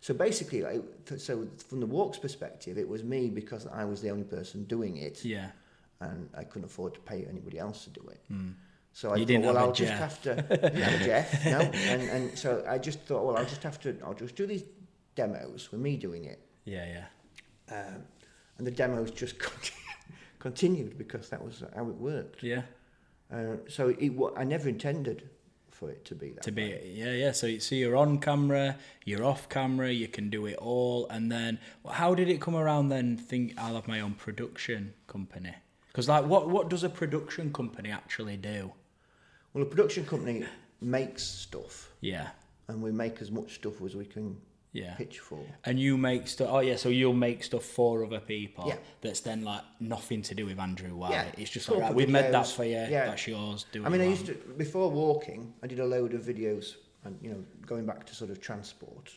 Speaker 2: So basically like, th- so from the walks perspective it was me because I was the only person doing it
Speaker 1: Yeah.
Speaker 2: and I couldn't afford to pay anybody else to do it. So I
Speaker 1: Mm. You
Speaker 2: thought,
Speaker 1: didn't
Speaker 2: well,
Speaker 1: have a
Speaker 2: I'll just have
Speaker 1: Jeff.
Speaker 2: to have a Jeff, no. And, and so I just thought, well, I'll just have to, I'll just do these demos with me doing it.
Speaker 1: Yeah, yeah.
Speaker 2: Um, and the demos just conti- continued because that was how it worked.
Speaker 1: Yeah.
Speaker 2: Uh, so it, wa- I never intended for it to be that.
Speaker 1: To be
Speaker 2: way.
Speaker 1: yeah, yeah. So so you're on camera, you're off camera, you can do it all, and then well, how did it come around? Then think I'll have my own production company. Because like, what what does a production company actually do?
Speaker 2: Well, a production company makes stuff,
Speaker 1: Yeah,
Speaker 2: and we make as much stuff as we can
Speaker 1: yeah.
Speaker 2: pitch for.
Speaker 1: And you make stuff. Oh yeah, so you'll make stuff for other people.
Speaker 2: Yeah.
Speaker 1: That's then like nothing to do with Andrew White.
Speaker 2: Yeah.
Speaker 1: It's just
Speaker 2: Cool
Speaker 1: like right,
Speaker 2: for
Speaker 1: we've made that
Speaker 2: videos.
Speaker 1: for you.
Speaker 2: Yeah.
Speaker 1: That's yours. Do.
Speaker 2: I mean, I used to before walking, I did a load of videos, and you know, going back to sort of transport,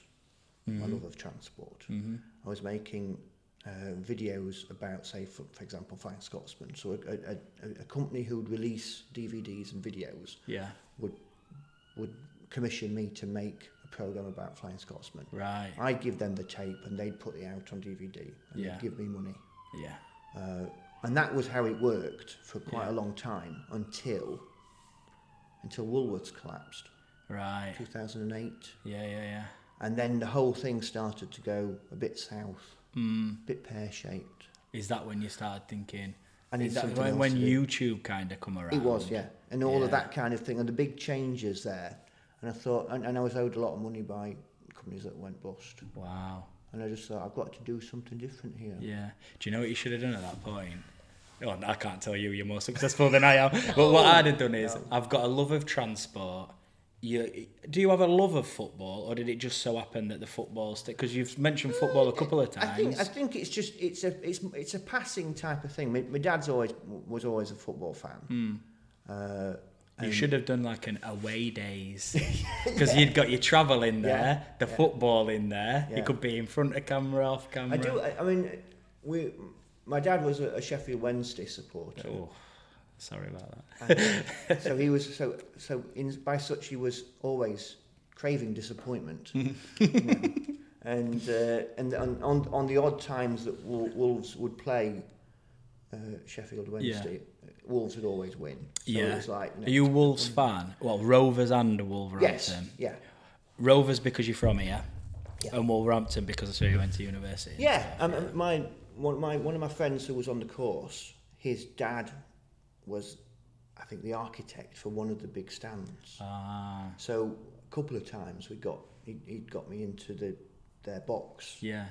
Speaker 2: my
Speaker 1: Mm-hmm.
Speaker 2: love of transport. I was making uh, videos about, say, for, for example, Flying Scotsman. So a, a, a, a company who would release DVDs and videos
Speaker 1: Yeah.
Speaker 2: would would commission me to make a program about Flying Scotsman.
Speaker 1: Right.
Speaker 2: I'd give them the tape, and they'd put it out on DVD, and
Speaker 1: Yeah.
Speaker 2: they'd give me money.
Speaker 1: Yeah.
Speaker 2: Uh, and that was how it worked for quite
Speaker 1: Yeah.
Speaker 2: a long time until until Woolworths collapsed,
Speaker 1: Right.
Speaker 2: 2008,
Speaker 1: Yeah. Yeah. Yeah.
Speaker 2: and then the whole thing started to go a bit south,
Speaker 1: Mm.
Speaker 2: a bit pear shaped.
Speaker 1: Is that when you started thinking?
Speaker 2: I need
Speaker 1: is that
Speaker 2: something
Speaker 1: when,
Speaker 2: else
Speaker 1: when
Speaker 2: to do.
Speaker 1: YouTube kind of come around?
Speaker 2: It was, yeah, and all
Speaker 1: Yeah.
Speaker 2: of that kind of thing, and the big changes there. And I thought, and, and I was owed a lot of money by companies that went bust,
Speaker 1: Wow.
Speaker 2: and I just thought I've got to do something different here.
Speaker 1: Yeah. Do you know what you should have done at that point? Oh, I can't tell you you're more successful than I am. But what I'd have done is I've got a love of transport. You, do you have a love of football, or did it just so happen that the football stick? Because you've mentioned football a couple of times.
Speaker 2: Uh, I think I think it's just it's a it's it's a passing type of thing. My, my dad's always was always a football fan.
Speaker 1: Mm,
Speaker 2: Uh,
Speaker 1: you should have done like an away days because you'd got your travel in there, the football in there. You
Speaker 2: Yeah.
Speaker 1: could be in front of camera, off camera.
Speaker 2: I do. I, I mean, we. My dad was a a Sheffield Wednesday supporter,
Speaker 1: Oh, sorry about that.
Speaker 2: and so he was so so in by such he was always craving disappointment. you know. And uh, and on, on on the odd times that Wol- Wolves would play uh, Sheffield Wednesday, Wolves would always win. So it
Speaker 1: yeah.
Speaker 2: was like
Speaker 1: Are you a Wolves fan? Well, Rovers and Wolverhampton.
Speaker 2: yes, yeah.
Speaker 1: Rovers because you're from here,
Speaker 2: Yeah.
Speaker 1: and Wolverhampton because that's where you went to university.
Speaker 2: Yeah, um, my one my one of my friends who was on the course, his dad was, I think, the architect for one of the big stands.
Speaker 1: Ah,
Speaker 2: So a couple of times we got he he got me into the their box.
Speaker 1: yeah.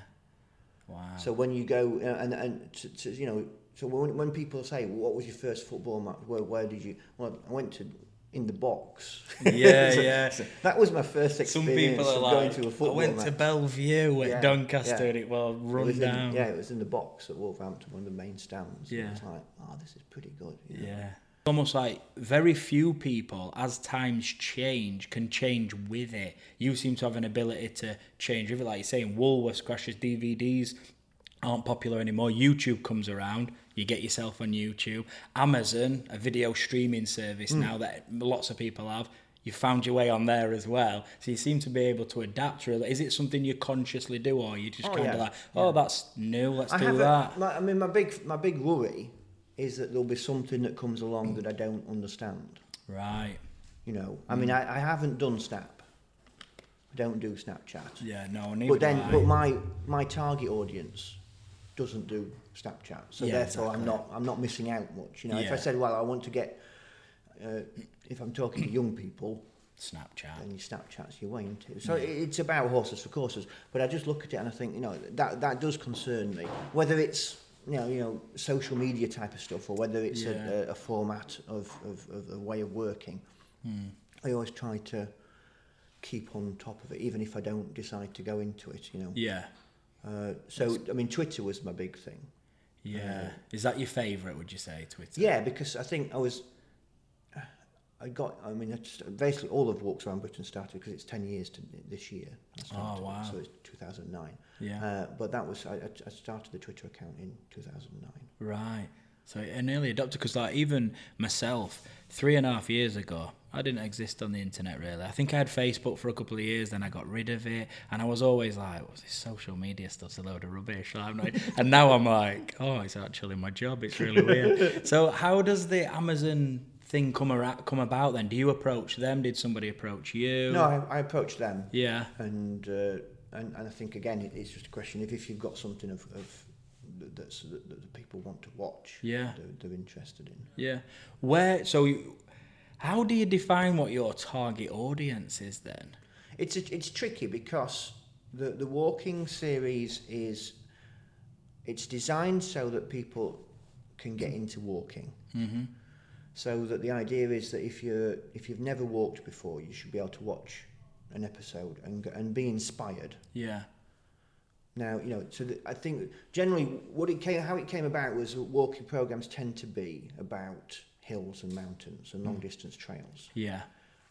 Speaker 1: Wow.
Speaker 2: So when you go uh, and and to, to, you know, so when when people say what was your first football match? Where where did you? Well, I went to in the box.
Speaker 1: Yeah,
Speaker 2: So-
Speaker 1: yeah.
Speaker 2: so that was my first
Speaker 1: Some
Speaker 2: experience
Speaker 1: people are
Speaker 2: of
Speaker 1: like,
Speaker 2: going to a
Speaker 1: I
Speaker 2: football
Speaker 1: went to
Speaker 2: match.
Speaker 1: Bellevue at
Speaker 2: Yeah,
Speaker 1: Doncaster
Speaker 2: yeah.
Speaker 1: and it was
Speaker 2: It
Speaker 1: run
Speaker 2: was in-
Speaker 1: down.
Speaker 2: yeah, it was in the box at Wolverhampton, one of the main stands.
Speaker 1: Yeah.
Speaker 2: Yeah. It's like, oh, this is pretty good. you know.
Speaker 1: Yeah. Almost like very few people, as times change, can change with it. You seem to have an ability to change with it. Like you're saying, Woolworths crashes, DVDs aren't popular anymore. YouTube comes around, you get yourself on YouTube. Amazon, a video streaming service
Speaker 2: Hmm.
Speaker 1: now that lots of people have, you found your way on there as well. So you seem to be able to adapt, really. Is it something you consciously do, or you just
Speaker 2: Oh,
Speaker 1: kind of
Speaker 2: yeah.
Speaker 1: like, oh, that's new, let's
Speaker 2: I
Speaker 1: do
Speaker 2: have
Speaker 1: that?
Speaker 2: A, my, I mean, my big, my big worry is that there'll be something that comes
Speaker 1: Mm.
Speaker 2: along that I don't understand.
Speaker 1: Right.
Speaker 2: You know, I
Speaker 1: Hmm.
Speaker 2: mean, I, I haven't done Snap. I don't do Snapchat.
Speaker 1: Yeah, no, neither
Speaker 2: but then,
Speaker 1: do I.
Speaker 2: but my my target audience doesn't do Snapchat, so
Speaker 1: Yeah,
Speaker 2: therefore I'm
Speaker 1: exactly.
Speaker 2: not I'm not missing out much. You know, if
Speaker 1: Yeah.
Speaker 2: I said, well, I want to get, uh, if I'm talking to young people,
Speaker 1: Snapchat.
Speaker 2: then your Snapchat's your way into. So it it's about horses for courses. But I just look at it and I think, you know, that that does concern me. Whether it's you know, you know, social media type of stuff, or whether it's
Speaker 1: Yeah.
Speaker 2: a, a, a format of, of, of a way of working.
Speaker 1: Hmm.
Speaker 2: I always try to keep on top of it, even if I don't decide to go into it. You know.
Speaker 1: Yeah.
Speaker 2: Uh, so I mean, Twitter was my big thing.
Speaker 1: Yeah. Is that your favourite, would you say, Twitter?
Speaker 2: Yeah, because I think I was. I got. I mean, I just, basically all of Walks Around Britain started because it's ten years to this year. I started it,
Speaker 1: Oh, wow.
Speaker 2: So it's two thousand nine.
Speaker 1: Yeah.
Speaker 2: Uh, but that was I, I- I started the Twitter account in two thousand nine.
Speaker 1: Right. So an early adopter, because like even myself, three and a half years ago, I didn't exist on the internet really. I think I had Facebook for a couple of years, then I got rid of it, and I was always like, "What's this social media stuff's a load of rubbish." like, I'm not, e-, and now I'm like, "Oh, it's actually my job. It's really weird." so how does the Amazon thing come around, come about then? Do you approach them? Did somebody approach you?
Speaker 2: No, I, I approached them,
Speaker 1: Yeah.
Speaker 2: and, uh, and and I think again it, it's just a question of if you've got something of, of that- that's, that, that the people want to watch.
Speaker 1: Yeah.
Speaker 2: They're, they're interested in.
Speaker 1: Yeah. Where so you, how do you define what your target audience is then?
Speaker 2: It's a, it's tricky because the the walking series is it's designed so that people can get into walking.
Speaker 1: Mm-hmm.
Speaker 2: So that the idea is that if you if you've never walked before, you should be able to watch an episode and go- and be inspired.
Speaker 1: Yeah.
Speaker 2: Now you know. So that I think generally what it came how it came about was that walking programs tend to be about hills and mountains and long distance trails.
Speaker 1: Yeah.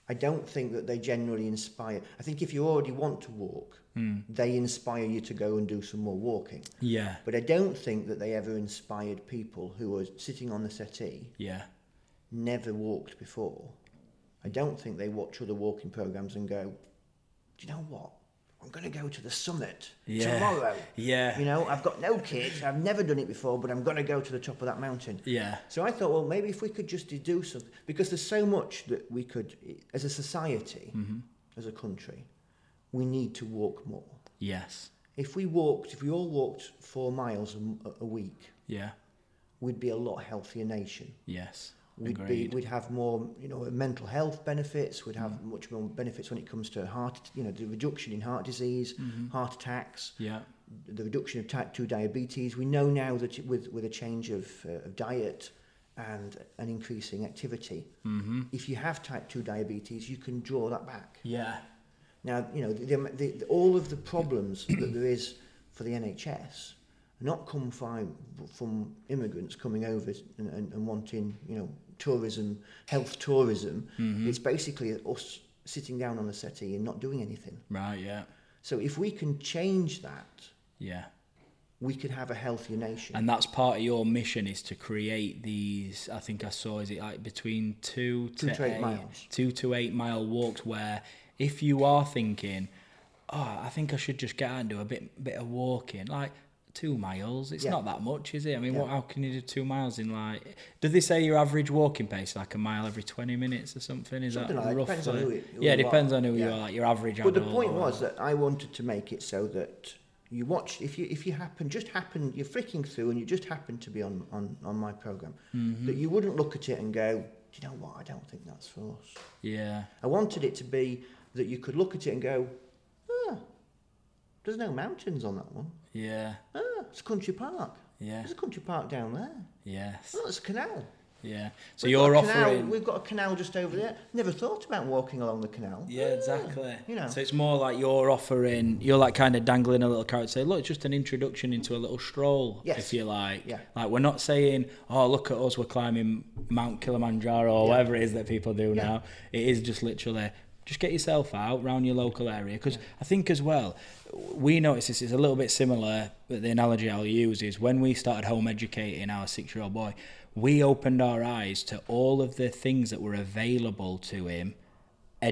Speaker 2: I don't think that they generally inspire. I think if you already want to walk,
Speaker 1: Hmm.
Speaker 2: they inspire you to go and do some more walking.
Speaker 1: Yeah.
Speaker 2: But I don't think that they ever inspired people who were sitting on the settee,
Speaker 1: Yeah.
Speaker 2: never walked before. I don't think they watch other walking programs and go, do you know what? I'm going to go to the summit
Speaker 1: Yeah.
Speaker 2: tomorrow.
Speaker 1: Yeah.
Speaker 2: You know, I've got no kids, I've never done it before, but I'm going to go to the top of that mountain.
Speaker 1: Yeah.
Speaker 2: So I thought, well, maybe if we could just do something, because there's so much that we could, as a society, as a country, we need to walk more.
Speaker 1: Yes.
Speaker 2: If we walked, if we all walked four miles a, m- a week,
Speaker 1: Yeah.
Speaker 2: we'd be a lot healthier nation.
Speaker 1: Yes.
Speaker 2: We'd
Speaker 1: Agreed.
Speaker 2: be, we'd have more, you know, mental health benefits. We'd have much more benefits when it comes to heart, you know, the reduction in heart disease, heart attacks,
Speaker 1: yeah.
Speaker 2: the reduction of type 2 diabetes. We know now that it- with, with a change of, uh, of diet and an increasing activity, mm-hmm. if you have type 2 diabetes, you can draw that back.
Speaker 1: Yeah.
Speaker 2: Now, you know, the, the, the, all of the problems that there is for the NHS not come from, from immigrants coming over and, and, and wanting, you know, tourism, health tourism. It's basically us sitting down on a settee and not doing anything.
Speaker 1: Right. Yeah.
Speaker 2: So if we can change that,
Speaker 1: Yeah.
Speaker 2: we could have a healthier nation.
Speaker 1: And that's part of your mission is to create these. I think I saw is it like between two to,
Speaker 2: Two to eight
Speaker 1: eight
Speaker 2: miles.
Speaker 1: two to eight mile walks. Where if you are thinking, oh, I think I should just get out and do a bit bit of walking, like two miles. It's
Speaker 2: Yeah.
Speaker 1: not that much, is it? I mean, what?
Speaker 2: Yeah.
Speaker 1: How can you do two miles in like? Do they say your average walking pace like a mile every twenty minutes or something? Is
Speaker 2: Something
Speaker 1: that
Speaker 2: like that.
Speaker 1: roughly?
Speaker 2: Depends on who it- who
Speaker 1: yeah, it
Speaker 2: you are.
Speaker 1: depends on who you
Speaker 2: Yeah.
Speaker 1: are. Like your average.
Speaker 2: but the
Speaker 1: adult
Speaker 2: point
Speaker 1: or-
Speaker 2: was that I wanted to make it so that you watch if you if you happen just happen you're flicking through and you just happen to be on on, on my program
Speaker 1: Mm-hmm.
Speaker 2: that you wouldn't look at it and go do you know what I don't think that's for us.
Speaker 1: Yeah.
Speaker 2: I wanted it to be that you could look at it and go ah, there's no mountains on that one.
Speaker 1: Yeah.
Speaker 2: Ah, it's a country park.
Speaker 1: Yeah.
Speaker 2: There's a country park down there.
Speaker 1: Yes.
Speaker 2: Oh, it's a canal.
Speaker 1: Yeah. So
Speaker 2: We've
Speaker 1: you're
Speaker 2: got a canal-
Speaker 1: offering.
Speaker 2: We've got a canal just over there. Never thought about walking along the canal.
Speaker 1: Yeah, exactly.
Speaker 2: Hmm. you know.
Speaker 1: So it's more like you're offering, you're like kind of dangling a little carrot, say, look, it's just an introduction into a little stroll,
Speaker 2: Yes.
Speaker 1: if you like.
Speaker 2: Yeah.
Speaker 1: Like we're not saying, oh, look at us, we're climbing Mount Kilimanjaro or whatever it is that people do now. It is just literally, just get yourself out round your local area. Because I think as well, we notice this is a little bit similar, but the analogy I'll use is when we started home educating our six year old boy, we opened our eyes to all of the things that were available to him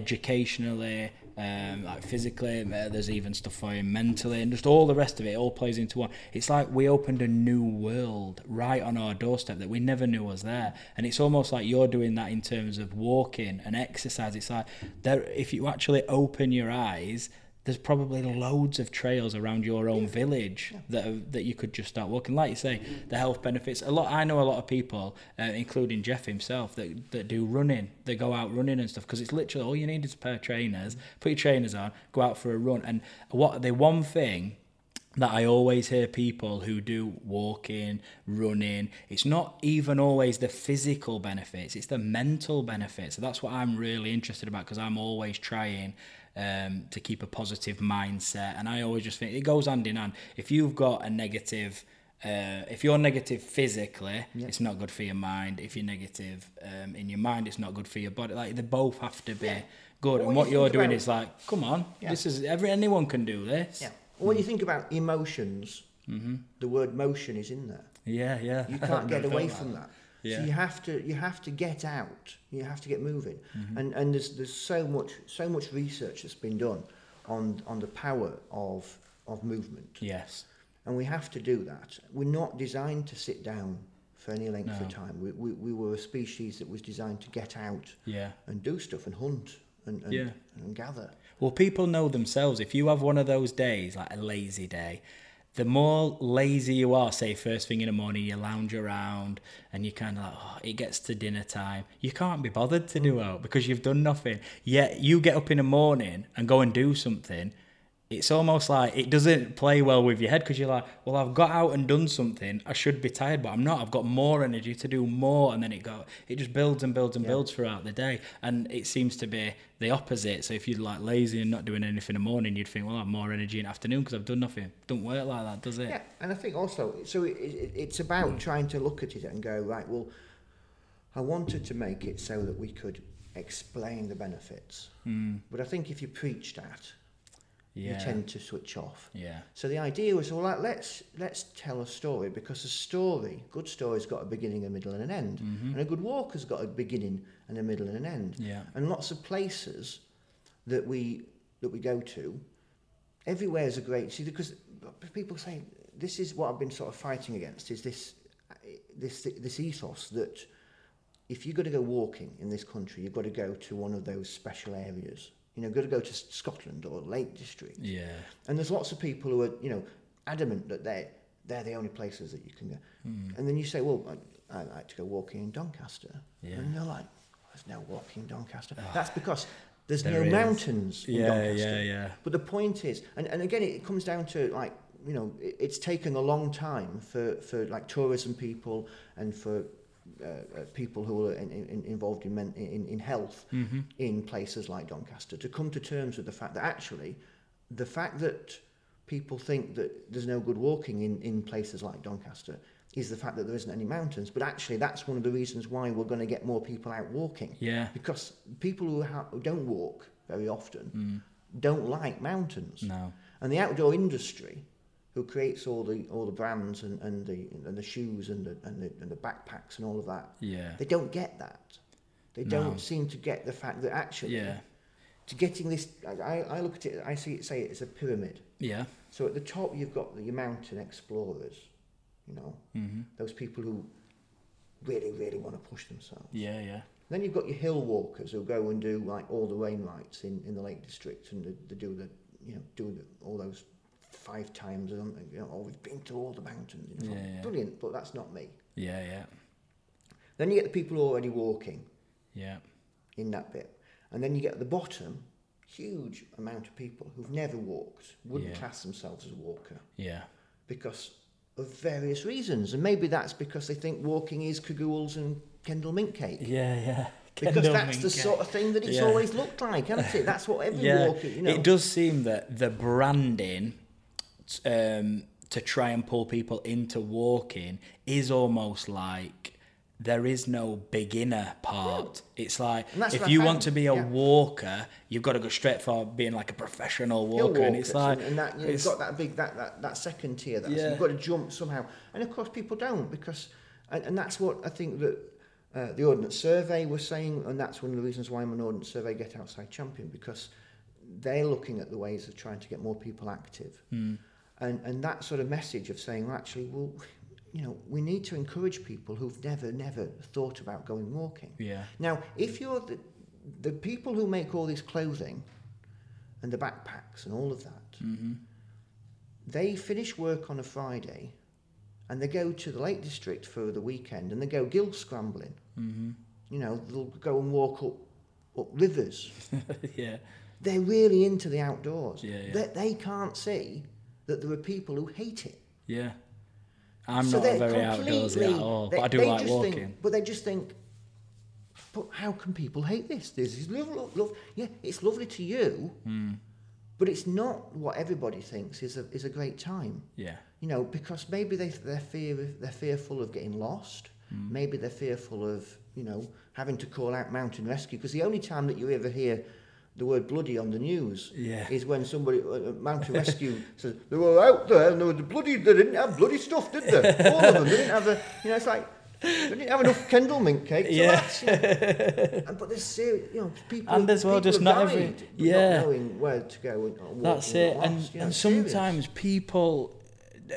Speaker 1: educationally, um, like physically. uh, There's even stuff for him mentally, and just all the rest of it. All plays into one. It's like we opened a new world right on our doorstep that we never knew was there. And it's almost like you're doing that in terms of walking and exercise. It's like there, if you actually open your eyes. There's probably loads of trails around your own village that are, that you could just start walking. Like you say, the health benefits. A lot I know a lot of people, uh, including Jeff himself, that, that do running. They go out running and stuff because it's literally all you need is a pair of trainers. Put your trainers on, go out for a run. And what the one thing that I always hear people who do walking, running, it's not even always the physical benefits, it's the mental benefits. So that's what I'm really interested about because I'm always trying um, to keep a positive mindset. And I always just think it goes hand in hand. If you've got a negative, uh, if you're negative physically, it's not good for your mind. If you're negative um, in your mind, it's not good for your body. Like they both have to be good.
Speaker 2: Well,
Speaker 1: and
Speaker 2: you
Speaker 1: what you're
Speaker 2: think
Speaker 1: doing
Speaker 2: about-
Speaker 1: is like, come on,
Speaker 2: Yeah.
Speaker 1: this is every anyone can do this.
Speaker 2: Yeah. Well, when you think about emotions,
Speaker 1: Mm-hmm.
Speaker 2: the word motion is in there.
Speaker 1: Yeah, yeah.
Speaker 2: You can't get away from that.
Speaker 1: Yeah.
Speaker 2: So you have to you have to get out. You have to get moving.
Speaker 1: Mm-hmm.
Speaker 2: And and there's there's so much so much research that's been done on on the power of of movement.
Speaker 1: Yes.
Speaker 2: And we have to do that. We're not designed to sit down for any length
Speaker 1: No.
Speaker 2: of time. We, we we were a species that was designed to get out
Speaker 1: Yeah.
Speaker 2: and do stuff and hunt and and,
Speaker 1: Yeah.
Speaker 2: and gather.
Speaker 1: Well, people know themselves. If you have one of those days, like a lazy day, the more lazy you are, say first thing in the morning, you lounge around and you kind of like, oh, it gets to dinner time. You can't be bothered to do
Speaker 2: Mm.
Speaker 1: out because you've done nothing. Yet you get up in the morning and go and do something. It's almost like it doesn't play well with your head because you're like, well, I've got out and done something. I should be tired, but I'm not. I've got more energy to do more, and then it go. It just builds and builds and builds throughout the day, and it seems to be the opposite. So if you're like lazy and not doing anything in the morning, you'd think, well, I have more energy in the afternoon because I've done nothing. Don't work like that, does it?
Speaker 2: Yeah, and I think also, so it, it, it's about trying to look at it and go, right, well, I wanted to make it so that we could explain the benefits. Mm. But I think if you preach that,
Speaker 1: Yeah.
Speaker 2: you tend to switch off.
Speaker 1: yeah.
Speaker 2: So the idea was, well, like, let's let's tell a story because a story, good story's got a beginning, a middle, and an end, and a good walk has got a beginning and a middle and an end.
Speaker 1: Yeah.
Speaker 2: And lots of places that we that we go to, everywhere is a great. See, because people say this is what I've been sort of fighting against is this this this ethos that if you're going to go walking in this country, you've got to go to one of those special areas. You know, got to go to Scotland or Lake District.
Speaker 1: Yeah.
Speaker 2: And there's lots of people who are, you know, adamant that they're, they're the only places that you can go.
Speaker 1: Hmm.
Speaker 2: And then you say, well, I, I like to go walking in Doncaster.
Speaker 1: Yeah. Ah.
Speaker 2: And they're like, there's no walking in Doncaster. That's because there's
Speaker 1: There
Speaker 2: no
Speaker 1: is.
Speaker 2: mountains in
Speaker 1: Yeah.
Speaker 2: Doncaster.
Speaker 1: Yeah. Yeah.
Speaker 2: But the point is, and, and again, it comes down to like, you know, it, it's taken a long time for, for like tourism people and for uh, uh, people who are in, in, involved in, men, in, in health in places like Doncaster to come to terms with the fact that actually the fact that people think that there's no good walking in, in places like Doncaster is the fact that there isn't any mountains. But actually, that's one of the reasons why we're going to get more people out walking
Speaker 1: Yeah.
Speaker 2: because people who, ha- who don't walk very often
Speaker 1: Mm.
Speaker 2: don't like mountains.
Speaker 1: No.
Speaker 2: And the outdoor industry, who creates all the all the brands and, and the and the shoes and the, and the and the backpacks and all of that,
Speaker 1: Yeah.
Speaker 2: they don't get that. They don't seem to get the fact that actually,
Speaker 1: Yeah.
Speaker 2: to getting this, I, I- I look at it, I see it, say it as a pyramid.
Speaker 1: Yeah.
Speaker 2: So at the top, you've got the mountain explorers, you know,
Speaker 1: Mm-hmm.
Speaker 2: those people who really, really want to push themselves.
Speaker 1: Yeah. Yeah.
Speaker 2: Then you've got your hill walkers who go and do like all the Wainwrights in, in the Lake District and they, they do the you know do the, all those five times and you know oh we've been to all the mountains you know,
Speaker 1: Yeah, yeah.
Speaker 2: brilliant but that's not me.
Speaker 1: Yeah. Yeah.
Speaker 2: Then you get the people who are already walking
Speaker 1: Yeah.
Speaker 2: in that bit and then you get at the bottom huge amount of people who've never walked wouldn't
Speaker 1: Yeah.
Speaker 2: class themselves as a walker
Speaker 1: Yeah.
Speaker 2: because of various reasons and maybe that's because they think walking is cagoules and Kendall mint cake.
Speaker 1: Yeah, yeah.
Speaker 2: Because
Speaker 1: Kendall
Speaker 2: that's the
Speaker 1: Minke.
Speaker 2: sort of thing that it's
Speaker 1: Yeah.
Speaker 2: always looked like, hasn't it? That's what every
Speaker 1: Yeah,
Speaker 2: walk, you know.
Speaker 1: it does seem that the branding t- um, to try and pull people into walking is almost like there is no beginner part. It's like
Speaker 2: And that's
Speaker 1: if
Speaker 2: what I
Speaker 1: you
Speaker 2: found,
Speaker 1: want to be a
Speaker 2: yeah.
Speaker 1: walker, you've got to go straight for being like a professional
Speaker 2: hill
Speaker 1: walker, and it's
Speaker 2: walkers
Speaker 1: like
Speaker 2: and, and that, you know,
Speaker 1: it's-
Speaker 2: you've got that big that that, that second tier that
Speaker 1: Yeah.
Speaker 2: you've got to jump somehow and of course people don't because and, and that's what I think that uh, the ordnance survey was saying and that's one of the reasons why I'm an ordnance survey get outside champion because they're looking at the ways of trying to get more people active
Speaker 1: Hmm.
Speaker 2: and and that sort of message of saying well, actually well you know we need to encourage people who've never never thought about going walking
Speaker 1: yeah,
Speaker 2: Now, if you're the, the people who make all this clothing and the backpacks and all of that,
Speaker 1: Mm-hmm.
Speaker 2: they finish work on a Friday and they go to the Lake District for the weekend and they go gill scrambling.
Speaker 1: Mm-hmm.
Speaker 2: You know, they'll go and walk up, up rivers.
Speaker 1: yeah,
Speaker 2: They're really into the outdoors.
Speaker 1: Yeah, yeah.
Speaker 2: They, they can't see that there are people who hate it.
Speaker 1: yeah. I'm
Speaker 2: So
Speaker 1: not
Speaker 2: they're
Speaker 1: very outdoorsy at
Speaker 2: completely-
Speaker 1: all,
Speaker 2: they-
Speaker 1: but I do
Speaker 2: they
Speaker 1: like
Speaker 2: just
Speaker 1: walking.
Speaker 2: Think, but they just think, but how can people hate this? This is love, love, love. Yeah, it's lovely to you,
Speaker 1: Hmm.
Speaker 2: but it's not what everybody thinks is a is a great time.
Speaker 1: yeah,
Speaker 2: You know, because maybe they they're fear they're fearful of getting lost.
Speaker 1: Hmm.
Speaker 2: Maybe they're fearful of you know having to call out mountain rescue because the only time that you ever hear. The word bloody on the news
Speaker 1: Yeah.
Speaker 2: is when somebody, uh, uh, mountain rescue says, they were out there and they were bloody, they didn't have bloody stuff, did they? All of them, they didn't have the, you know, it's like, they didn't have enough Kendall mint cake. So
Speaker 1: Yeah.
Speaker 2: That's, you know, and, but there's serious, you know, people.
Speaker 1: And as well,
Speaker 2: people
Speaker 1: just
Speaker 2: have
Speaker 1: not
Speaker 2: died,
Speaker 1: every-
Speaker 2: but
Speaker 1: yeah.
Speaker 2: Not knowing where to go and, and
Speaker 1: That's
Speaker 2: walking
Speaker 1: it.
Speaker 2: got
Speaker 1: And,
Speaker 2: lost, you know,
Speaker 1: and
Speaker 2: it's serious.
Speaker 1: sometimes people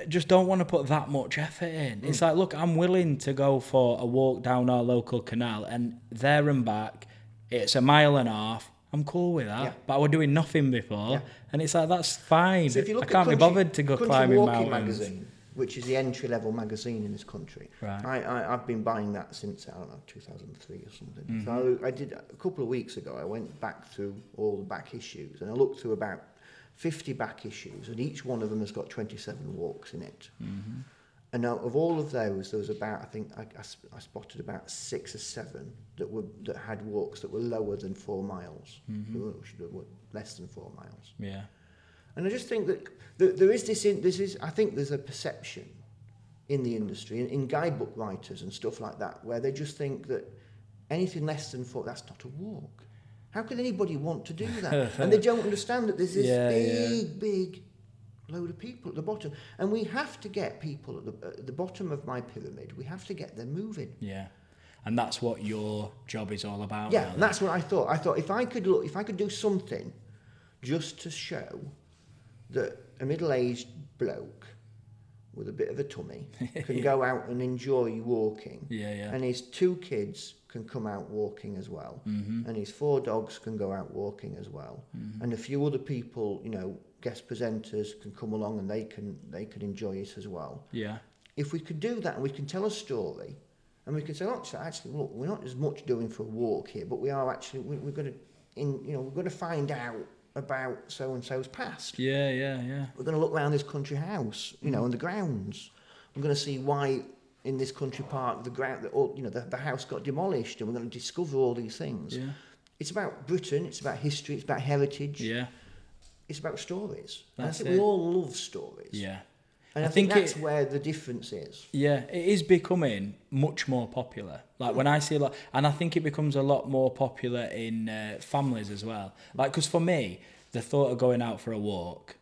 Speaker 1: just don't want to put that much effort in.
Speaker 2: Mm.
Speaker 1: It's like, look, I'm willing to go for a walk down our local canal and there and back, it's a mile and a half. I'm cool with that.
Speaker 2: Yeah.
Speaker 1: But I was doing nothing before.
Speaker 2: Yeah.
Speaker 1: And it's like, that's fine.
Speaker 2: So if you look
Speaker 1: I
Speaker 2: at
Speaker 1: can't be
Speaker 2: country,
Speaker 1: bothered to go
Speaker 2: Country
Speaker 1: climbing
Speaker 2: Walking
Speaker 1: mountains.
Speaker 2: magazine, which is the entry level magazine in this country.
Speaker 1: Right.
Speaker 2: I, I I've been buying that since I don't know 2003 or something.
Speaker 1: Mm-hmm.
Speaker 2: So I, I did a couple of weeks ago. I went back through all the back issues and I looked through about 50 back issues, and each one of them has got 27 walks in it.
Speaker 1: Mm-hmm.
Speaker 2: And now, of all of those, there was about I think I, I sp- I spotted about six or seven that were that had walks that were lower than four miles,
Speaker 1: Mm-hmm.
Speaker 2: that were- that were less than four miles.
Speaker 1: Yeah.
Speaker 2: And I just think that there, there is this, in, this is, I think there's a perception in the industry, in, in guidebook writers and stuff like that, where they just think that anything less than four, that's not a walk. How can anybody want to do that? and they don't understand that there's this
Speaker 1: Yeah, yeah.
Speaker 2: big, big load of people at the bottom. And we have to get people at the, at the bottom of my pyramid, we have to get them moving.
Speaker 1: Yeah. And that's what your job is all about.
Speaker 2: Yeah,
Speaker 1: really.
Speaker 2: and that's what I thought. I thought if I could look, if I could do something just to show that a middle-aged bloke with a bit of a tummy can go out and enjoy walking.
Speaker 1: Yeah, yeah.
Speaker 2: And his two kids can come out walking as well.
Speaker 1: Mm-hmm.
Speaker 2: And his four dogs can go out walking as well. And a few other people, you know, guest presenters can come along and they can they can enjoy it as well
Speaker 1: yeah.
Speaker 2: if we could do that and we can tell a story and we can say, actually, actually look, we're not as much doing for a walk here, but we are actually, we, we're going to, in you know, we're going to find out about so-and-so's past.
Speaker 1: Yeah, yeah, yeah.
Speaker 2: We're going to look round this country house, you know,
Speaker 1: Mm.
Speaker 2: and the grounds. We're going to see why in this country park, the ground, the, all- you know, the, the house got demolished and we're going to discover all these things.
Speaker 1: Yeah.
Speaker 2: It's about Britain, it's about history, it's about heritage,
Speaker 1: Yeah.
Speaker 2: it's about stories. And I
Speaker 1: That's
Speaker 2: think
Speaker 1: it.
Speaker 2: we all love stories.
Speaker 1: Yeah.
Speaker 2: And
Speaker 1: I
Speaker 2: I, think,
Speaker 1: think
Speaker 2: that's
Speaker 1: it-
Speaker 2: where the difference is.
Speaker 1: Yeah, it is becoming much more popular. Like when I see a lot, and I think it becomes a lot more popular in uh, families as well. Like, because for me, the thought of going out for a walk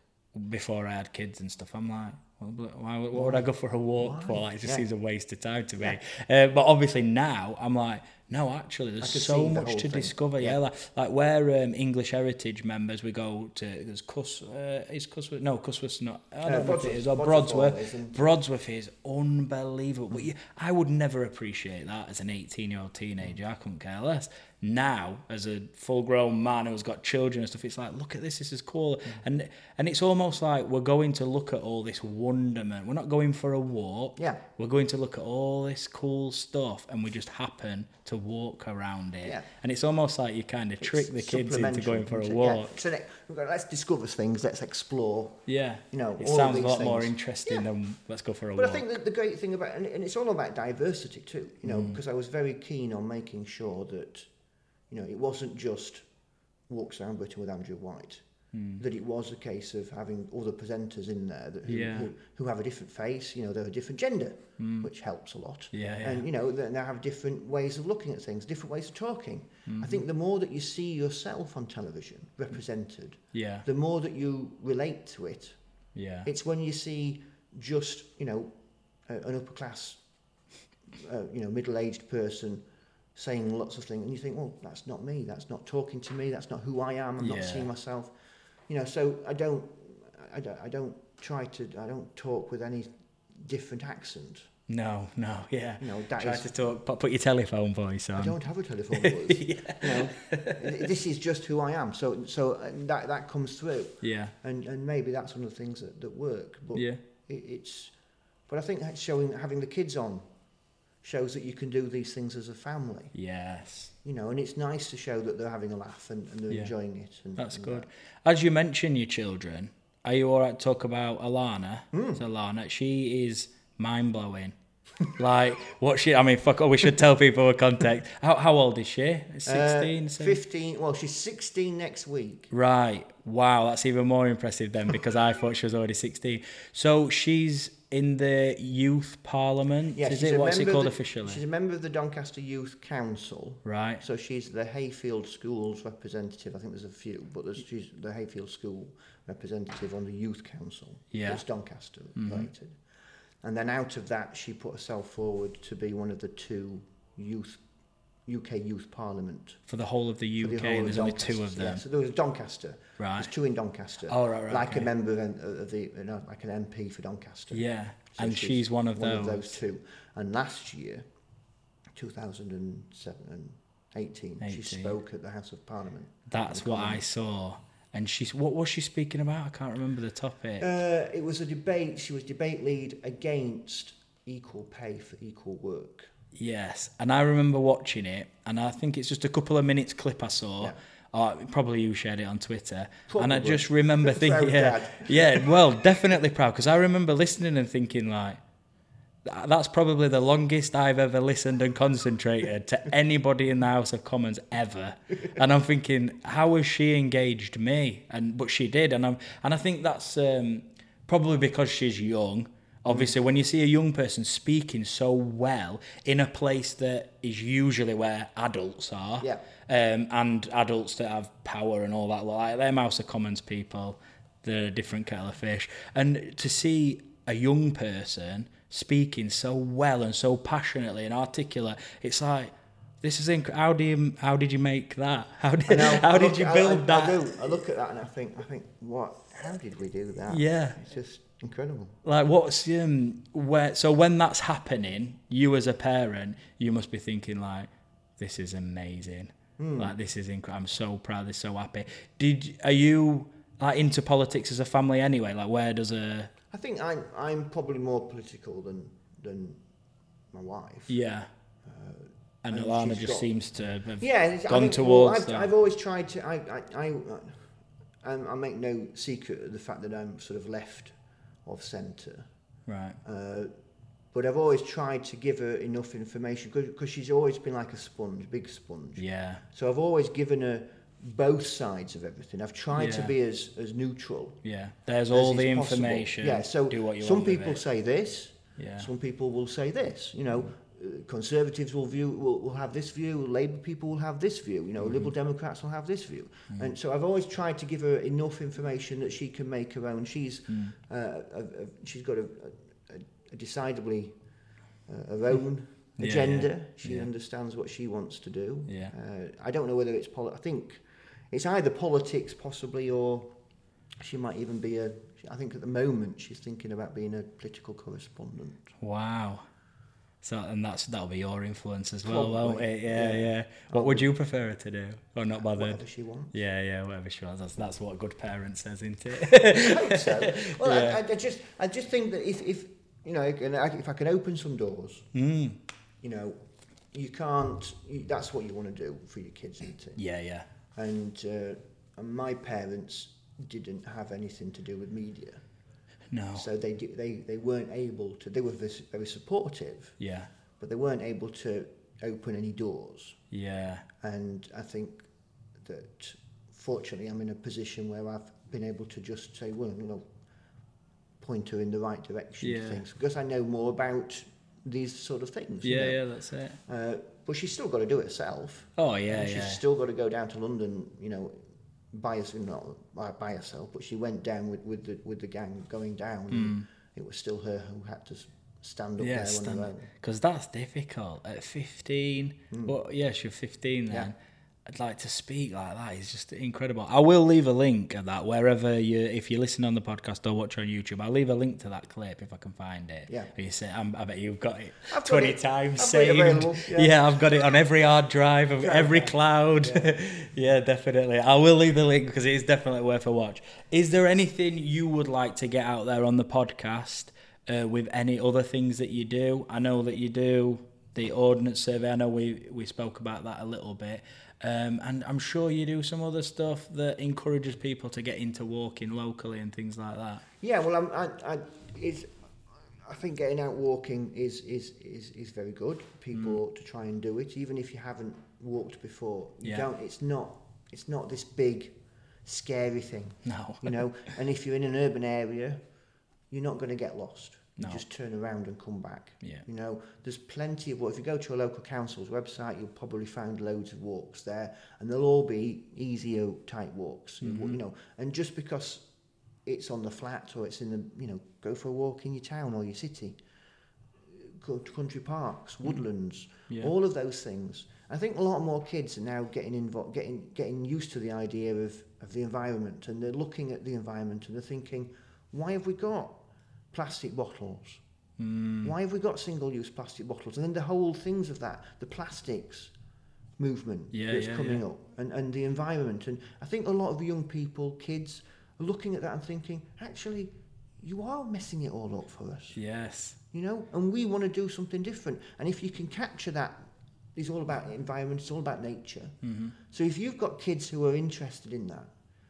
Speaker 1: before I had kids and stuff, I'm like, well, bl- why, would- what would I go for a walk for? Like, it just
Speaker 2: Yeah.
Speaker 1: seems a waste of time to me. Uh, but obviously now, I'm like, no, actually, there's
Speaker 2: can
Speaker 1: so
Speaker 2: see the
Speaker 1: much
Speaker 2: whole
Speaker 1: to
Speaker 2: thing.
Speaker 1: discover. Yeah, like, like we're um, English Heritage members, we go to there's Cus, uh, is Cusworth, no, Cusworth's not. I don't know if it
Speaker 2: Broadsworth-
Speaker 1: is or
Speaker 2: Broadsworth
Speaker 1: Broadsworth.
Speaker 2: always, isn't it?
Speaker 1: Broadsworth is unbelievable. But you- I would never appreciate that as an 18 year old teenager. I couldn't care less. Now, as a full grown man who's got children and stuff, it's like, look at this, this is cool.
Speaker 2: Mm.
Speaker 1: And and it's almost like we're going to look at all this wonderment. We're not going for a walk.
Speaker 2: Yeah.
Speaker 1: We're going to look at all this cool stuff and we just happen to to walk around it.
Speaker 2: Yeah.
Speaker 1: And it's almost like you kind of trick the
Speaker 2: It's
Speaker 1: kids into
Speaker 2: supplementary,
Speaker 1: going for a
Speaker 2: isn't it?
Speaker 1: walk.
Speaker 2: Yeah. So that- we've got, let's discover things, let's explore.
Speaker 1: Yeah.
Speaker 2: You know,
Speaker 1: it
Speaker 2: all
Speaker 1: sounds a
Speaker 2: these
Speaker 1: lot more
Speaker 2: things.
Speaker 1: interesting
Speaker 2: Yeah.
Speaker 1: than let's go for a
Speaker 2: But I
Speaker 1: walk.
Speaker 2: think that the great thing about, and, and it's all about diversity too, you
Speaker 1: Mm.
Speaker 2: know, because I was very keen on making sure that, you know, it wasn't just Walks Around Britain with Andrew White,
Speaker 1: Mm.
Speaker 2: that it was a case of having other presenters in there that who,
Speaker 1: Yeah. Mm.
Speaker 2: who, who have a different face, you know, they're a different gender, which helps a lot.
Speaker 1: Yeah, yeah.
Speaker 2: And, you know, they, they have different ways of looking at things, different ways of talking.
Speaker 1: Mm-hmm.
Speaker 2: I think the more that you see yourself on television represented,
Speaker 1: yeah.
Speaker 2: the more that you relate to it,
Speaker 1: Yeah.
Speaker 2: It's when you see just you know a- an upper class, uh, you know middle aged person saying lots of things, and you think, well, that's not me. That's not talking to me. That's not who I am. I'm not
Speaker 1: Yeah.
Speaker 2: seeing myself. You know, so I don't, I don't, I don't try to, I don't talk with any different accent.
Speaker 1: no, no, yeah.
Speaker 2: You know, that
Speaker 1: Try
Speaker 2: is-
Speaker 1: to talk, put, put your telephone voice on.
Speaker 2: I don't have a telephone voice. You know, this is just who I am. So, so uh, that that comes through.
Speaker 1: Yeah.
Speaker 2: and and maybe that's one of the things that, that work. But
Speaker 1: Yeah.
Speaker 2: it, it's, but I think that showing having the kids on shows that you can do these things as a family,
Speaker 1: Yes.
Speaker 2: you know, and it's nice to show that they're having a laugh and, and they're
Speaker 1: Yeah.
Speaker 2: enjoying it. And,
Speaker 1: That's
Speaker 2: and
Speaker 1: good.
Speaker 2: that.
Speaker 1: As you mention your children, are you all right to talk about Alana?
Speaker 2: Hmm.
Speaker 1: It's Alana. She is mind blowing. like what she I mean, fuck we should tell people her contact. How how old is she? Sixteen,
Speaker 2: Uh,
Speaker 1: seventeen?
Speaker 2: Fifteen. Well, she's sixteen next week.
Speaker 1: Right. Wow, that's even more impressive then because I thought she was already sixteen. So she's in the youth parliament.
Speaker 2: Yeah,
Speaker 1: is
Speaker 2: she's
Speaker 1: it
Speaker 2: a
Speaker 1: what's it
Speaker 2: member of
Speaker 1: called
Speaker 2: the-
Speaker 1: officially?
Speaker 2: She's a member of the Doncaster Youth Council.
Speaker 1: Right.
Speaker 2: So she's the Hayfield Schools representative. I think there's a few, but there's, she's the Hayfield School representative on the Youth Council.
Speaker 1: Yeah. Mm-hmm.
Speaker 2: It's Doncaster related. And then out of that, she put herself forward to be one of the two youth UK Youth Parliament.
Speaker 1: For the whole of the
Speaker 2: for
Speaker 1: UK,
Speaker 2: the whole
Speaker 1: there's only two
Speaker 2: Doncaster.
Speaker 1: of
Speaker 2: Yeah,
Speaker 1: them.
Speaker 2: so there was Doncaster.
Speaker 1: Right.
Speaker 2: There's two in Doncaster.
Speaker 1: Oh, right, right,
Speaker 2: Like
Speaker 1: okay.
Speaker 2: a member of, an- of the, you know, like an MP for Doncaster.
Speaker 1: Yeah.
Speaker 2: So
Speaker 1: and she's, one of
Speaker 2: one
Speaker 1: those.
Speaker 2: of those two. And last year, 2007 and 18, she
Speaker 1: 18.
Speaker 2: spoke at the House of Parliament.
Speaker 1: That's what I saw. And she's what was she speaking about? I can't remember the topic.
Speaker 2: Uh, it was a debate. She was debate lead against equal pay for equal work.
Speaker 1: yes, and I remember watching it, and I think it's just a couple of minutes clip I saw.
Speaker 2: Yeah.
Speaker 1: Or probably you shared it on Twitter, and I
Speaker 2: Probably.
Speaker 1: just remember thinking,
Speaker 2: Proud
Speaker 1: yeah,
Speaker 2: dad.
Speaker 1: yeah, well, definitely proud because I remember listening and thinking like. "Th- That's probably the longest I've ever listened and concentrated to anybody in the House of Commons ever, and I'm thinking, how has she engaged me? And but she did, and I'm and I think that's um, probably because she's young. Obviously, when you see a young person speaking so well in a place that is usually where adults are,
Speaker 2: Yeah.
Speaker 1: um, and adults that have power and all that, like them House of Commons people, they're a different kettle of fish. And to see a young person speaking so well and so passionately and articulate, it's like, this is inc- how do you how did you make that? How did
Speaker 2: And I-
Speaker 1: how
Speaker 2: I
Speaker 1: did
Speaker 2: look-
Speaker 1: you
Speaker 2: I-
Speaker 1: build
Speaker 2: I,
Speaker 1: that?
Speaker 2: I, do. I look at that and I think, I think, what? How did we do that?
Speaker 1: Yeah.
Speaker 2: It's just incredible.
Speaker 1: Like what's um where so when that's happening, you as a parent, you must be thinking like, this is amazing.
Speaker 2: Hmm.
Speaker 1: Like this is incredible. I'm so proud. This so happy. Did are you like into politics as a family anyway? Like where does a
Speaker 2: I think I'm, I'm probably more political than than my wife.
Speaker 1: yeah? and
Speaker 2: Uh, and
Speaker 1: Alana
Speaker 2: she's
Speaker 1: just
Speaker 2: got-
Speaker 1: seems to have
Speaker 2: yeah, it's- I
Speaker 1: gone
Speaker 2: think- well,
Speaker 1: towards
Speaker 2: I've,
Speaker 1: that.
Speaker 2: I've always tried to. I, I, I, I'm- I make no secret of the fact that I'm sort of left of centre,
Speaker 1: right.
Speaker 2: uh, but I've always tried to give her enough information because she's always been like a sponge, big sponge.
Speaker 1: Yeah.
Speaker 2: So I've always given her both sides of everything. I've tried to
Speaker 1: Yeah.
Speaker 2: be as as neutral.
Speaker 1: Yeah. There's
Speaker 2: as
Speaker 1: all
Speaker 2: is
Speaker 1: the
Speaker 2: possible.
Speaker 1: information.
Speaker 2: Yeah. So
Speaker 1: do what you
Speaker 2: some
Speaker 1: want with
Speaker 2: people
Speaker 1: it.
Speaker 2: say this.
Speaker 1: Yeah.
Speaker 2: Some people will say this, you know, uh, conservatives will view will, will have this view, Labour people will have this view, you know,
Speaker 1: Mm-hmm.
Speaker 2: Liberal Democrats will have this view, and so I've always tried to give her enough information that she can make her own. She's
Speaker 1: Mm.
Speaker 2: uh, a, a, she's got a, a, a decidably uh, her own
Speaker 1: Yeah,
Speaker 2: agenda.
Speaker 1: yeah,
Speaker 2: She
Speaker 1: yeah.
Speaker 2: understands what she wants to do.
Speaker 1: Yeah.
Speaker 2: Uh, I don't know whether it's poli- I think it's either politics possibly or she might even be a. I think at the moment she's thinking about being a political correspondent.
Speaker 1: Wow. So and that's that'll be your influence as well, won't
Speaker 2: Probably,
Speaker 1: it? Yeah, yeah.
Speaker 2: yeah.
Speaker 1: What would you prefer her to do? Or not bothered?
Speaker 2: Whatever she wants.
Speaker 1: Yeah, yeah, whatever she wants. That's, that's what a good parent says, isn't it?
Speaker 2: I hope so. Well,
Speaker 1: Yeah.
Speaker 2: I, I, I just, I just think that if, if you know, and I- if I can open some doors,
Speaker 1: mm.
Speaker 2: you know, you can't. You, that's what you want to do for your kids, isn't it?
Speaker 1: Yeah, yeah.
Speaker 2: And, uh, and my parents didn't have anything to do with media,
Speaker 1: No.
Speaker 2: so they di- they they weren't able to. They were vis- very supportive,
Speaker 1: Yeah.
Speaker 2: but they weren't able to open any doors.
Speaker 1: Yeah.
Speaker 2: And I think that fortunately, I'm in a position where I've been able to just say, well, you know, point her in the right direction
Speaker 1: Yeah.
Speaker 2: to things because I know more about these sort of things. you know.
Speaker 1: that's it.
Speaker 2: Uh, but she's still got to do it herself.
Speaker 1: Oh yeah,
Speaker 2: And she's
Speaker 1: yeah.
Speaker 2: still got to go down to London, you know, by herself, not by- by herself, but she went down with, with the with the gang going down. and It was still her who had to s- stand up
Speaker 1: Hmm. Yeah,
Speaker 2: there on her
Speaker 1: stand
Speaker 2: own.
Speaker 1: because that's difficult at 15. Well, yeah, she was 15 then.
Speaker 2: Hmm. Yeah.
Speaker 1: I'd like to speak like that. It's just incredible. I will leave a link of that wherever you, if you listen on the podcast or watch on YouTube, I'll leave a link to that clip if I can find it.
Speaker 2: Yeah.
Speaker 1: Or You say, I'm, I bet you've got it
Speaker 2: I've got
Speaker 1: 20
Speaker 2: it.
Speaker 1: times
Speaker 2: I've got it
Speaker 1: saved.
Speaker 2: available,
Speaker 1: yeah.
Speaker 2: yeah.
Speaker 1: I've got it on every hard drive of every cloud. Yeah. definitely. I will leave the link because it is definitely worth a watch. Is there anything you would like to get out there on the podcast uh, with any other things that you do? I know that you do the ordnance survey. I know we we spoke about that a little bit. Um, and I'm sure you do some other stuff that encourages people to get into walking locally and things like that.
Speaker 2: Yeah, well, I'm, I, I, it's, I think getting out walking is, is, is, is very good. People
Speaker 1: Mm.
Speaker 2: ought to try and do it, even if you haven't walked before. You
Speaker 1: Yeah.
Speaker 2: don't. It's not. It's not this big, scary thing.
Speaker 1: No.
Speaker 2: You know, and if you're in an urban area, you're not going to get lost.
Speaker 1: No.
Speaker 2: You just turn around and come back.
Speaker 1: Yeah.
Speaker 2: You know, there's plenty of what if you go to a local council's website, you'll probably find loads of walks there, and they'll all be easier type walks.
Speaker 1: Mm-hmm.
Speaker 2: You know, and just because it's on the flat or it's in the you know, go for a walk in your town or your city. Go to country parks, woodlands,
Speaker 1: Mm. Yeah.
Speaker 2: all of those things. I think a lot more kids are now getting involved, getting getting used to the idea of, of the environment, and they're looking at the environment and they're thinking, why have we got plastic bottles?
Speaker 1: Hmm.
Speaker 2: Why have we got single-use plastic bottles? And then the whole things of that, the plastics movement
Speaker 1: Yeah,
Speaker 2: that's
Speaker 1: yeah,
Speaker 2: coming
Speaker 1: yeah.
Speaker 2: up, and, and the environment. And I think a lot of young people, kids, are looking at that and thinking, actually, you are messing it all up for us
Speaker 1: Yes.
Speaker 2: you know and we want to do something different and if you can capture that it's all about the environment it's all about nature mm-hmm. so if you've got kids who are interested in that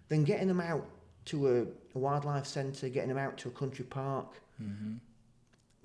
Speaker 2: then getting them out to a, a wildlife centre getting them out to a country park
Speaker 1: Mm-hmm.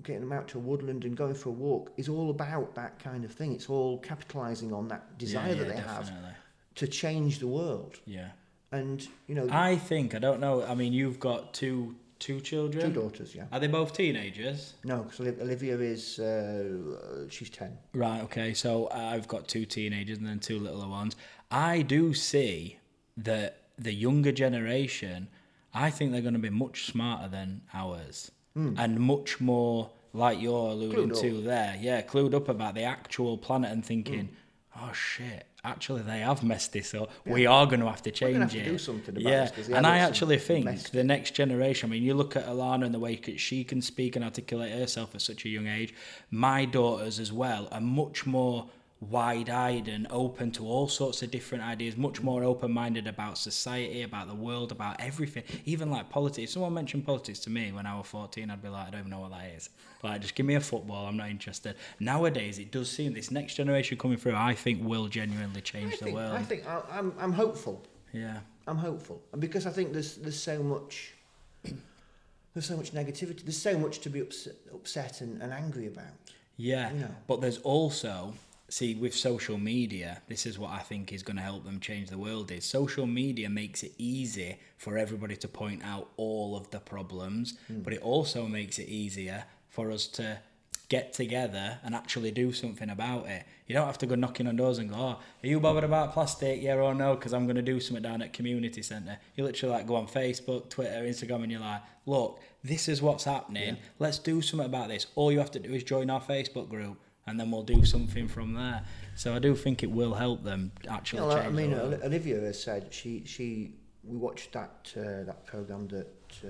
Speaker 2: getting them out to a woodland and going for a walk is all about that kind of thing it's all capitalising on that desire
Speaker 1: yeah,
Speaker 2: that
Speaker 1: yeah,
Speaker 2: they have
Speaker 1: definitely.
Speaker 2: to change the world
Speaker 1: Yeah.
Speaker 2: and you know
Speaker 1: I think I don't know. I mean, you've got two two children.
Speaker 2: two daughters yeah
Speaker 1: Are they both teenagers?
Speaker 2: no because olivia is uh, she's 10
Speaker 1: Right. Okay. So I've got two teenagers and then two littler ones. I do see that the younger generation. I think they're going to be much smarter than ours and much more like you're alluding
Speaker 2: Hmm. Clued
Speaker 1: to
Speaker 2: up.
Speaker 1: there. Yeah, clued up about the actual planet and thinking,
Speaker 2: Hmm.
Speaker 1: oh shit. Actually, they have messed this up. We are going to have to change
Speaker 2: gonna have
Speaker 1: it.
Speaker 2: to do something about
Speaker 1: yeah.
Speaker 2: this 'cause the
Speaker 1: and I
Speaker 2: adults have
Speaker 1: actually think
Speaker 2: messed
Speaker 1: the next generation. I mean, you look at Alana and the way c- she can speak and articulate herself at such a young age. My daughters, as well, are much more wide-eyed and open to all sorts of different ideas. Much more open-minded about society, about the world, about everything. Even like politics. If someone mentioned politics to me when I was fourteen, I'd be like, I don't even know what that is. Like, just give me a football. I'm not interested. Nowadays, it does seem this next generation coming through. I think will genuinely change
Speaker 2: I
Speaker 1: the
Speaker 2: think,
Speaker 1: world.
Speaker 2: I think I, I'm, I'm hopeful
Speaker 1: yeah.
Speaker 2: I'm hopeful and because I think there's there's so much there's so much negativity there's so much to be upset, upset and, and angry about
Speaker 1: Yeah.
Speaker 2: Yeah.
Speaker 1: But there's also see with social media, this is what I think is going to help them change the world is social media makes it easy for everybody to point out all of the problems, but it also makes it easier for us to get together and actually do something about it. You don't have to go knocking on doors and go, oh, are you bothered about plastic? Yeah or no? Because I'm going to do something down at community centre. You literally like go on Facebook, Twitter, Instagram and you're like, look, this is what's happening. Let's do something about this. All you have to do is join our Facebook group and then we'll do something from there. So I do think it will help them actually
Speaker 2: you know, I
Speaker 1: change.
Speaker 2: mean uh,
Speaker 1: the world.
Speaker 2: Oli- Olivia has said she she we watched that uh, that program that uh,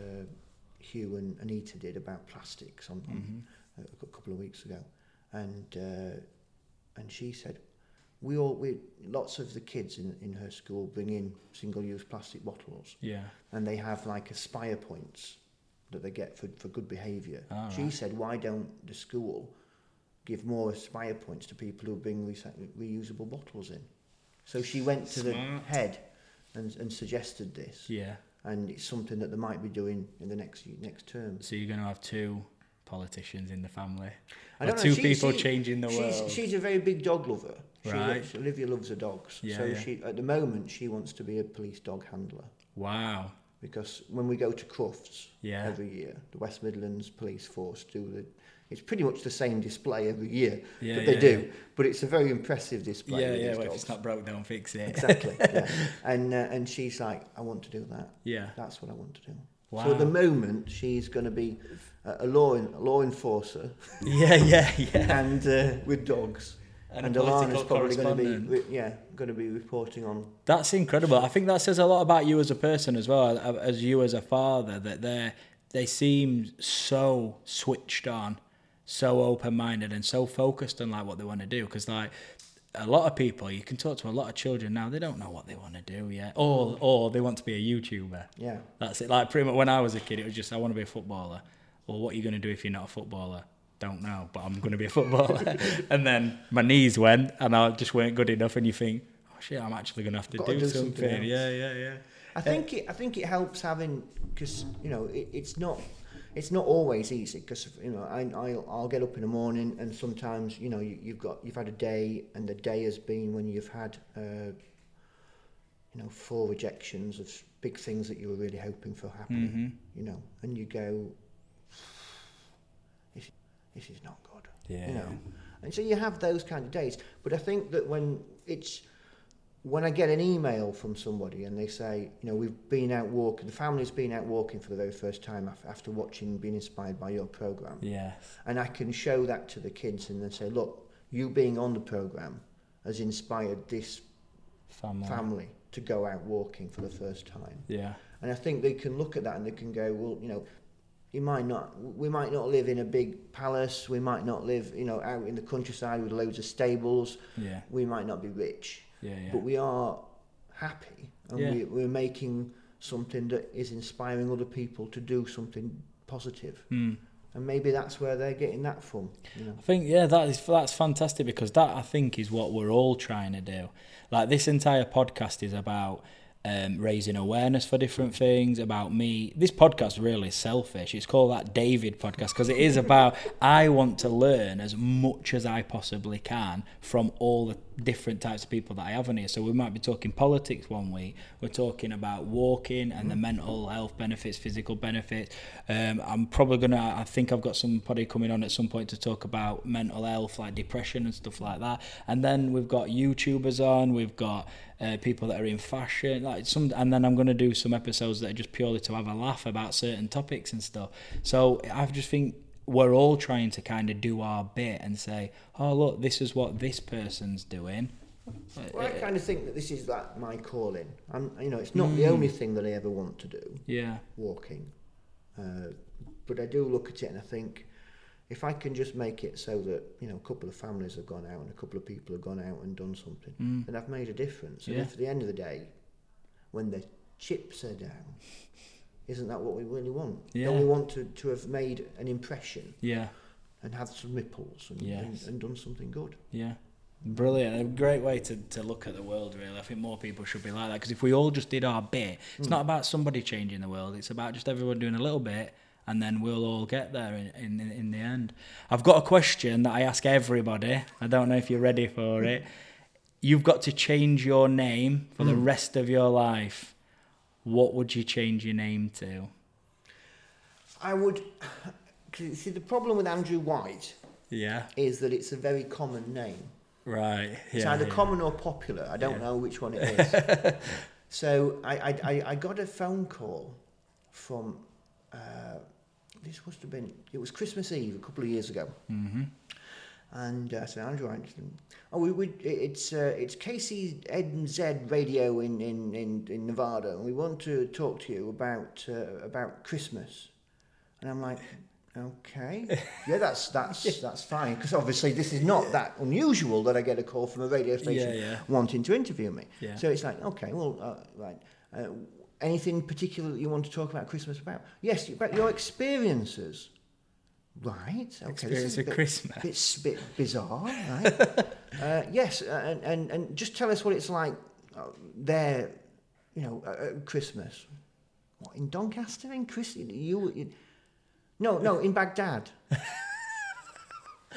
Speaker 2: Hugh and Anita did about plastics on, on uh, a couple of weeks ago and uh, and she said we all we lots of the kids in, in her school bring in single use plastic bottles
Speaker 1: yeah.
Speaker 2: and they have like aspire points that they get for, for good behaviour.
Speaker 1: Ah,
Speaker 2: she said, why don't the school give more aspire points to people who bring recyc- reusable bottles in. So she went to
Speaker 1: Smart.
Speaker 2: the head and, and suggested this,
Speaker 1: Yeah.
Speaker 2: and it's something that they might be doing in the next next term.
Speaker 1: So you're going to have two politicians in the family.
Speaker 2: I
Speaker 1: Or
Speaker 2: don't know,
Speaker 1: two
Speaker 2: she-
Speaker 1: people
Speaker 2: she-
Speaker 1: changing the
Speaker 2: she's,
Speaker 1: world.
Speaker 2: She's a very big dog lover. She
Speaker 1: Right.
Speaker 2: Loves, Olivia loves her dogs.
Speaker 1: Yeah,
Speaker 2: so
Speaker 1: yeah.
Speaker 2: she at the moment she wants to be a police dog handler
Speaker 1: Wow.
Speaker 2: because when we go to Crufts
Speaker 1: Yeah.
Speaker 2: every year, the West Midlands Police Force do the. It's pretty much the same display every year
Speaker 1: Yeah,
Speaker 2: that they
Speaker 1: yeah,
Speaker 2: do, but it's a very impressive display.
Speaker 1: yeah,
Speaker 2: with
Speaker 1: yeah.
Speaker 2: these
Speaker 1: Well, if
Speaker 2: dogs.
Speaker 1: it's not broke, don't fix it.
Speaker 2: exactly. yeah. And uh, and she's like, I want to do that.
Speaker 1: Yeah.
Speaker 2: That's what I want to do.
Speaker 1: Wow.
Speaker 2: So at the moment, she's going to be a a law en- a law enforcer
Speaker 1: yeah, yeah, yeah.
Speaker 2: and uh, with dogs.
Speaker 1: And a
Speaker 2: Alana's
Speaker 1: political
Speaker 2: probably going to be
Speaker 1: correspondent.
Speaker 2: re- yeah going to be reporting on
Speaker 1: That's incredible. I think that says a lot about you as a person as well, as you as a father, that they they seem so switched on, so open minded, and so focused on like what they want to do. Because like a lot of people, you can talk to a lot of children now, they don't know what they want to do yet, or or they want to be a YouTuber.
Speaker 2: yeah
Speaker 1: That's it. Like pretty much when I was a kid, it was just I want to be a footballer. Well, what are you going to do if you're not a footballer? Don't know, but I'm going to be a footballer. and then my knees went, and I just weren't good enough. And you think, oh shit, I'm actually going to have to
Speaker 2: Gotta
Speaker 1: do,
Speaker 2: do
Speaker 1: something.
Speaker 2: something else.
Speaker 1: yeah, yeah, yeah.
Speaker 2: I think it, I think it helps having because you know it, it's not it's not always easy because you know I I'll, I'll get up in the morning and sometimes you know you, you've got you've had a day and the day has been when you've had uh, you know four rejections of s- big things that you were really hoping for happening you know and you go this this is not good
Speaker 1: Yeah.
Speaker 2: you know and so you have those kind of days but I think that when it's when I get an email from somebody and they say, you know, we've been out walking, the family's been out walking for the very first time af- after watching, being inspired by your program,
Speaker 1: Yes.
Speaker 2: and I can show that to the kids and then say, look, you being on the program has inspired this
Speaker 1: Family.
Speaker 2: family to go out walking for the first time,
Speaker 1: Yeah.
Speaker 2: and I think they can look at that and they can go, well, you know. You might not. We might not live in a big palace. We might not live, you know, out in the countryside with loads of stables.
Speaker 1: Yeah.
Speaker 2: We might not be rich,
Speaker 1: Yeah. Yeah.
Speaker 2: but we are happy and
Speaker 1: Yeah.
Speaker 2: we, we're making something that is inspiring other people to do something positive
Speaker 1: Hmm.
Speaker 2: and maybe that's where they're getting that from you know
Speaker 1: I think yeah, that is that's fantastic because that I think is what we're all trying to do. Like this entire podcast is about um, raising awareness for different things. About me, this podcast really is selfish. It's called that David podcast because it is about I want to learn as much as I possibly can from all the different types of people that I have on here. So we might be talking politics one week. We're talking about walking and the mental health benefits, physical benefits. Um, I'm probably gonna. I think I've got somebody coming on at some point to talk about mental health, like depression and stuff like that. And then we've got YouTubers on. We've got uh, people that are in fashion, like some. And then I'm gonna do some episodes that are just purely to have a laugh about certain topics and stuff. So I just think we're all trying to kind of do our bit and say, oh, look, this is what this person's doing.
Speaker 2: well,
Speaker 1: Eh,
Speaker 2: i kind of think that this is like my calling i'm you know it's not
Speaker 1: Hmm.
Speaker 2: the only thing that i ever want to do
Speaker 1: Yeah,
Speaker 2: walking uh, but i do look at it and i think if i can just make it so that you know a couple of families have gone out and a couple of people have gone out and done something then i've made a difference and
Speaker 1: Hmm. Yeah.
Speaker 2: if at the end of the day when the chips are down isn't that what we really want
Speaker 1: Yeah.
Speaker 2: don't we want to, to have made an impression
Speaker 1: yeah,
Speaker 2: and had some nipples and,
Speaker 1: Yes.
Speaker 2: and, and done something good.
Speaker 1: yeah. Brilliant. A great way to, to look at the world, really. I think more people should be like that because if we all just did our bit, it's not about somebody changing the world, it's about just everyone doing a little bit and then we'll all get there in, in, in the end. I've got a question that I ask everybody. I don't know if you're ready for it. You've got to change your name for the rest of your life. What would you change your name to?
Speaker 2: I would 'cause you see the problem with Andrew White
Speaker 1: Yeah.
Speaker 2: is that it's a very common name.
Speaker 1: Right.
Speaker 2: It's
Speaker 1: Yeah.
Speaker 2: either
Speaker 1: yeah.
Speaker 2: common or popular. I don't know which one it is. so I, I, I, I got a phone call from uh, this must have been it was Christmas Eve a couple of years ago.
Speaker 1: Mm-hmm.
Speaker 2: and uh, St Andrew Anderson. Oh, we, we it's uh, it's KC N Z Radio in, in, in, in Nevada, and we want to talk to you about uh, about Christmas. And I'm like, okay, yeah, that's that's that's fine, because obviously this is not that unusual that I get a call from a radio station
Speaker 1: yeah.
Speaker 2: wanting to interview me.
Speaker 1: Yeah.
Speaker 2: So it's like, okay, well, uh, right. Uh, anything particular that you want to talk about Christmas about? Yes, about your experiences Right. Okay.
Speaker 1: Experience with
Speaker 2: bit,
Speaker 1: Christmas.
Speaker 2: Bit, bit bizarre. Right. uh, yes, and, and and just tell us what it's like uh, there. You know, uh, uh, Christmas. What in Doncaster? In Chris? You, you- no, no, in Baghdad.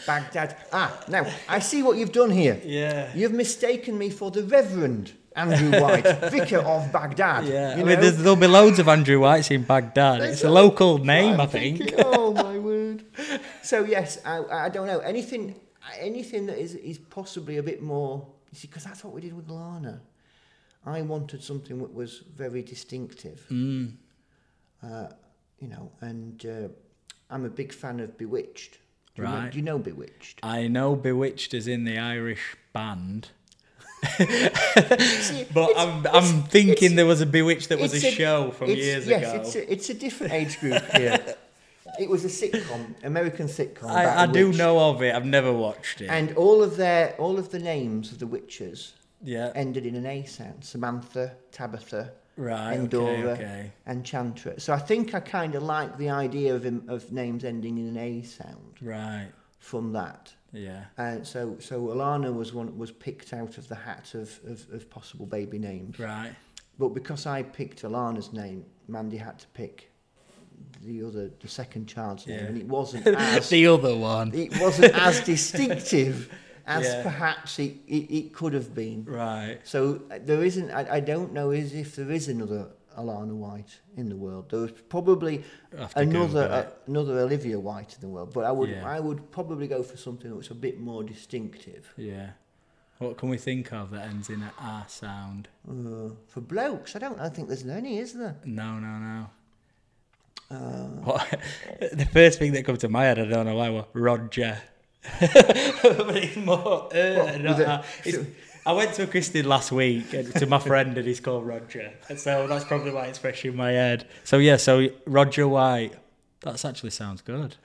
Speaker 2: Baghdad. Ah, now I see what you've done here.
Speaker 1: Yeah.
Speaker 2: You've mistaken me for the Reverend Andrew White, vicar of Baghdad.
Speaker 1: Yeah,
Speaker 2: you
Speaker 1: I mean,
Speaker 2: know?
Speaker 1: there's, there'll be loads of Andrew Whites in Baghdad.
Speaker 2: There's
Speaker 1: It's a
Speaker 2: a-
Speaker 1: local name, I
Speaker 2: I'm
Speaker 1: think.
Speaker 2: thinking, oh my word. So yes, I, I don't know anything. Anything that is is possibly a bit more. You see, because that's what we did with Lana. I wanted something that was very distinctive.
Speaker 1: Mm.
Speaker 2: Uh, you know, and uh, I'm a big fan of Bewitched. Do you, know,
Speaker 1: Right.
Speaker 2: do you know Bewitched?
Speaker 1: I know Bewitched is in the Irish band,
Speaker 2: See,
Speaker 1: but
Speaker 2: it's-
Speaker 1: I'm I'm thinking
Speaker 2: it's-
Speaker 1: there was a Bewitched that was a,
Speaker 2: It's
Speaker 1: show from
Speaker 2: it's-
Speaker 1: years
Speaker 2: yes,
Speaker 1: ago.
Speaker 2: it's a, it's a different age group here. it was a sitcom, American sitcom. about
Speaker 1: I, I
Speaker 2: a
Speaker 1: do
Speaker 2: witch.
Speaker 1: know of it. I've never watched it.
Speaker 2: And all of their all of the names of the witches
Speaker 1: yeah,
Speaker 2: ended in an A sound. Samantha, Tabitha,
Speaker 1: right. Okay,
Speaker 2: Endora,
Speaker 1: okay.
Speaker 2: Enchantress. So I think I kind of like the idea of of names ending in an A sound
Speaker 1: Right.
Speaker 2: from that.
Speaker 1: Yeah.
Speaker 2: And so so Alana was one was picked out of the hat of, of, of possible baby names.
Speaker 1: Right.
Speaker 2: But because I picked Alana's name, Mandy had to pick the other the second child's name,
Speaker 1: Yeah.
Speaker 2: and it wasn't as
Speaker 1: the other one.
Speaker 2: it wasn't as distinctive as
Speaker 1: Yeah.
Speaker 2: perhaps it, it, it could have been.
Speaker 1: Right.
Speaker 2: So uh, there isn't. I, I don't know is if there is another Alana White in the world. There was probably
Speaker 1: I'll have to
Speaker 2: another
Speaker 1: Google
Speaker 2: uh, another Olivia White in the world, but I would
Speaker 1: Yeah.
Speaker 2: I would probably go for something that's a bit more distinctive.
Speaker 1: Yeah. What can we think of that ends in an R sound?
Speaker 2: Uh, for blokes, I don't. I think there's any, is there?
Speaker 1: No, no, no.
Speaker 2: Uh,
Speaker 1: What? The first thing that comes to my head, I don't know why, was Roger. but it's more. Uh, not
Speaker 2: with a-
Speaker 1: that. It's- I went to a christening last week and to my friend, and he's called Roger. And so that's probably why it's fresh in my head. So yeah, so Roger White. That's actually sounds good.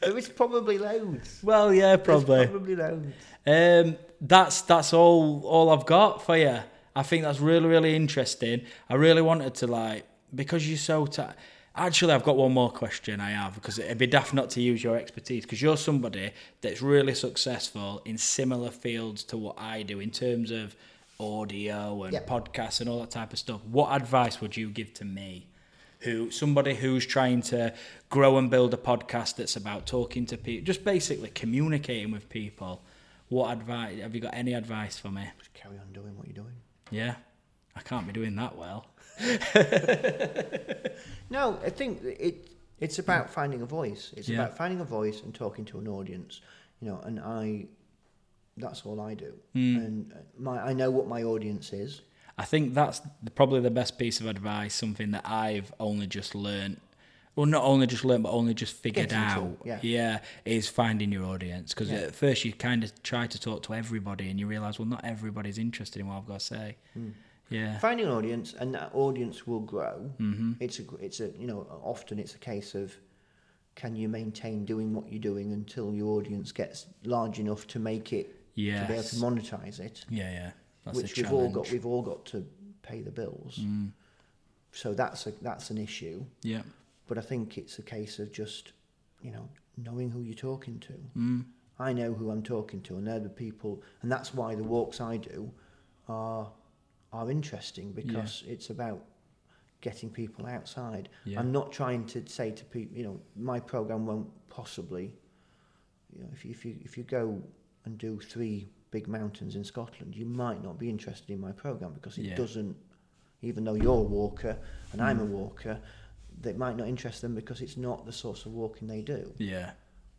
Speaker 2: there is probably loads.
Speaker 1: Well, yeah,
Speaker 2: There's
Speaker 1: probably.
Speaker 2: probably loads.
Speaker 1: Um, that's that's all all I've got for you. I think that's really really interesting. I really wanted to like because you're so. Ta- Actually, I've got one more question I have because it'd be daft not to use your expertise because you're somebody that's really successful in similar fields to what I do in terms of audio and
Speaker 2: Yeah.
Speaker 1: podcasts and all that type of stuff. What advice would you give to me? who somebody who's trying to grow and build a podcast that's about talking to people, just basically communicating with people. What advice have you got? Any advice for me?
Speaker 2: Just carry on doing what you're doing.
Speaker 1: Yeah, I can't be doing that well.
Speaker 2: No, I think it it's about finding a voice. It's
Speaker 1: Yeah.
Speaker 2: about finding a voice and talking to an audience, you know. And I, that's all I do.
Speaker 1: Hmm.
Speaker 2: And uh, my I know what my audience is.
Speaker 1: I think that's the, probably the best piece of advice. Something that I've only just learnt, well, not only just learnt, but only just figured
Speaker 2: Getting to,
Speaker 1: out.
Speaker 2: yeah.
Speaker 1: is finding your audience because
Speaker 2: Yeah.
Speaker 1: at first you kind of try to talk to everybody and you realise, well, not everybody's interested in what I've got to say.
Speaker 2: Hmm.
Speaker 1: Yeah,
Speaker 2: Finding an audience, and that audience will grow. Mm-hmm. It's a gr- it's a you know often it's a case of can you maintain doing what you're doing until your audience gets large enough to make it to be able
Speaker 1: yes,
Speaker 2: to monetize it.
Speaker 1: yeah, yeah. That's
Speaker 2: which
Speaker 1: the
Speaker 2: we've
Speaker 1: challenge. Mm.
Speaker 2: all got we've all got to pay the bills. So that's a that's an issue.
Speaker 1: Yeah.
Speaker 2: But I think it's a case of just, you know, knowing who you're talking to.
Speaker 1: Mm.
Speaker 2: I know who I'm talking to, and they're the people, and that's why the walks I do are are interesting because it's about getting people outside.
Speaker 1: Yeah.
Speaker 2: I'm not trying to say to people, you know, my program won't possibly, you know, if you, if you if you go and do three big mountains in Scotland, you might not be interested in my program because it
Speaker 1: Yeah. Hmm.
Speaker 2: doesn't. Even though you're a walker and I'm a walker, that might not interest them because it's not the sorts of walking they do.
Speaker 1: Yeah.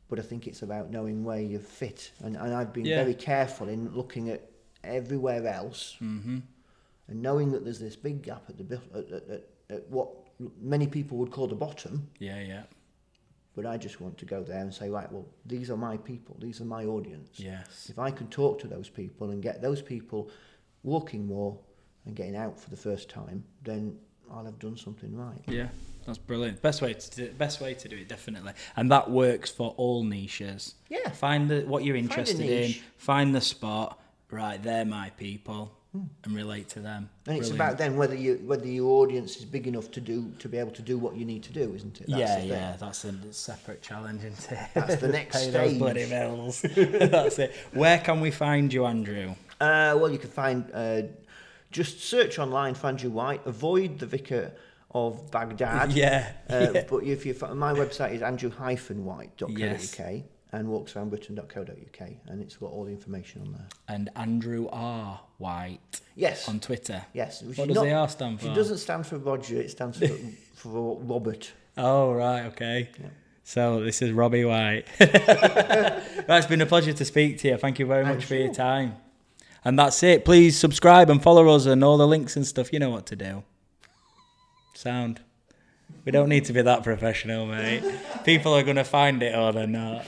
Speaker 2: But I think it's about knowing where you fit, and, and I've been
Speaker 1: Yeah.
Speaker 2: very careful in looking at everywhere else
Speaker 1: Mm-hmm.
Speaker 2: and knowing that there's this big gap at the bit- at, at, at, at what many people would call the bottom.
Speaker 1: Yeah, yeah,
Speaker 2: But I just want to go there and say, right, well, these are my people, these are my audience.
Speaker 1: yes,
Speaker 2: If I can talk to those people and get those people walking more and getting out for the first time, then I'll have done something right.
Speaker 1: yeah. That's brilliant. Best way to do, best way to do it, definitely, and that works for all niches.
Speaker 2: Yeah.
Speaker 1: Find the, what you're
Speaker 2: Find a
Speaker 1: interested in.
Speaker 2: niche.
Speaker 1: Find the spot. Right, they're my people. and relate to them.
Speaker 2: Hmm. And it's
Speaker 1: Brilliant.
Speaker 2: about then whether you whether your audience is big enough to do to be able to do what you need to do, isn't it? That's
Speaker 1: yeah,
Speaker 2: the thing.
Speaker 1: yeah, that's a separate challenge, isn't it?
Speaker 2: That's the next
Speaker 1: Pay those
Speaker 2: stage.
Speaker 1: bloody bills. that's it. Where can we find you, Andrew?
Speaker 2: Uh, well, you can find uh, just search online, find your White. Avoid the Vicar of Baghdad.
Speaker 1: Yeah.
Speaker 2: Uh, But if you fi- my website is andrew-white.co.uk
Speaker 1: Yes.
Speaker 2: and walksaroundbritain.co.uk and it's got all the information on there.
Speaker 1: And Andrew R. White
Speaker 2: Yes.
Speaker 1: on Twitter.
Speaker 2: yes. Which
Speaker 1: What
Speaker 2: is
Speaker 1: does the R stand
Speaker 2: It
Speaker 1: for?
Speaker 2: doesn't stand for Roger. It stands for, for Robert.
Speaker 1: Oh, right, okay. So this is Robbie White. right, it's been a pleasure to speak to you. Thank you very much for your time. And that's it. Please subscribe and follow us and all the links and stuff. You know what to do. Sound. We don't need to be that professional, mate. People are going to find it or they're not.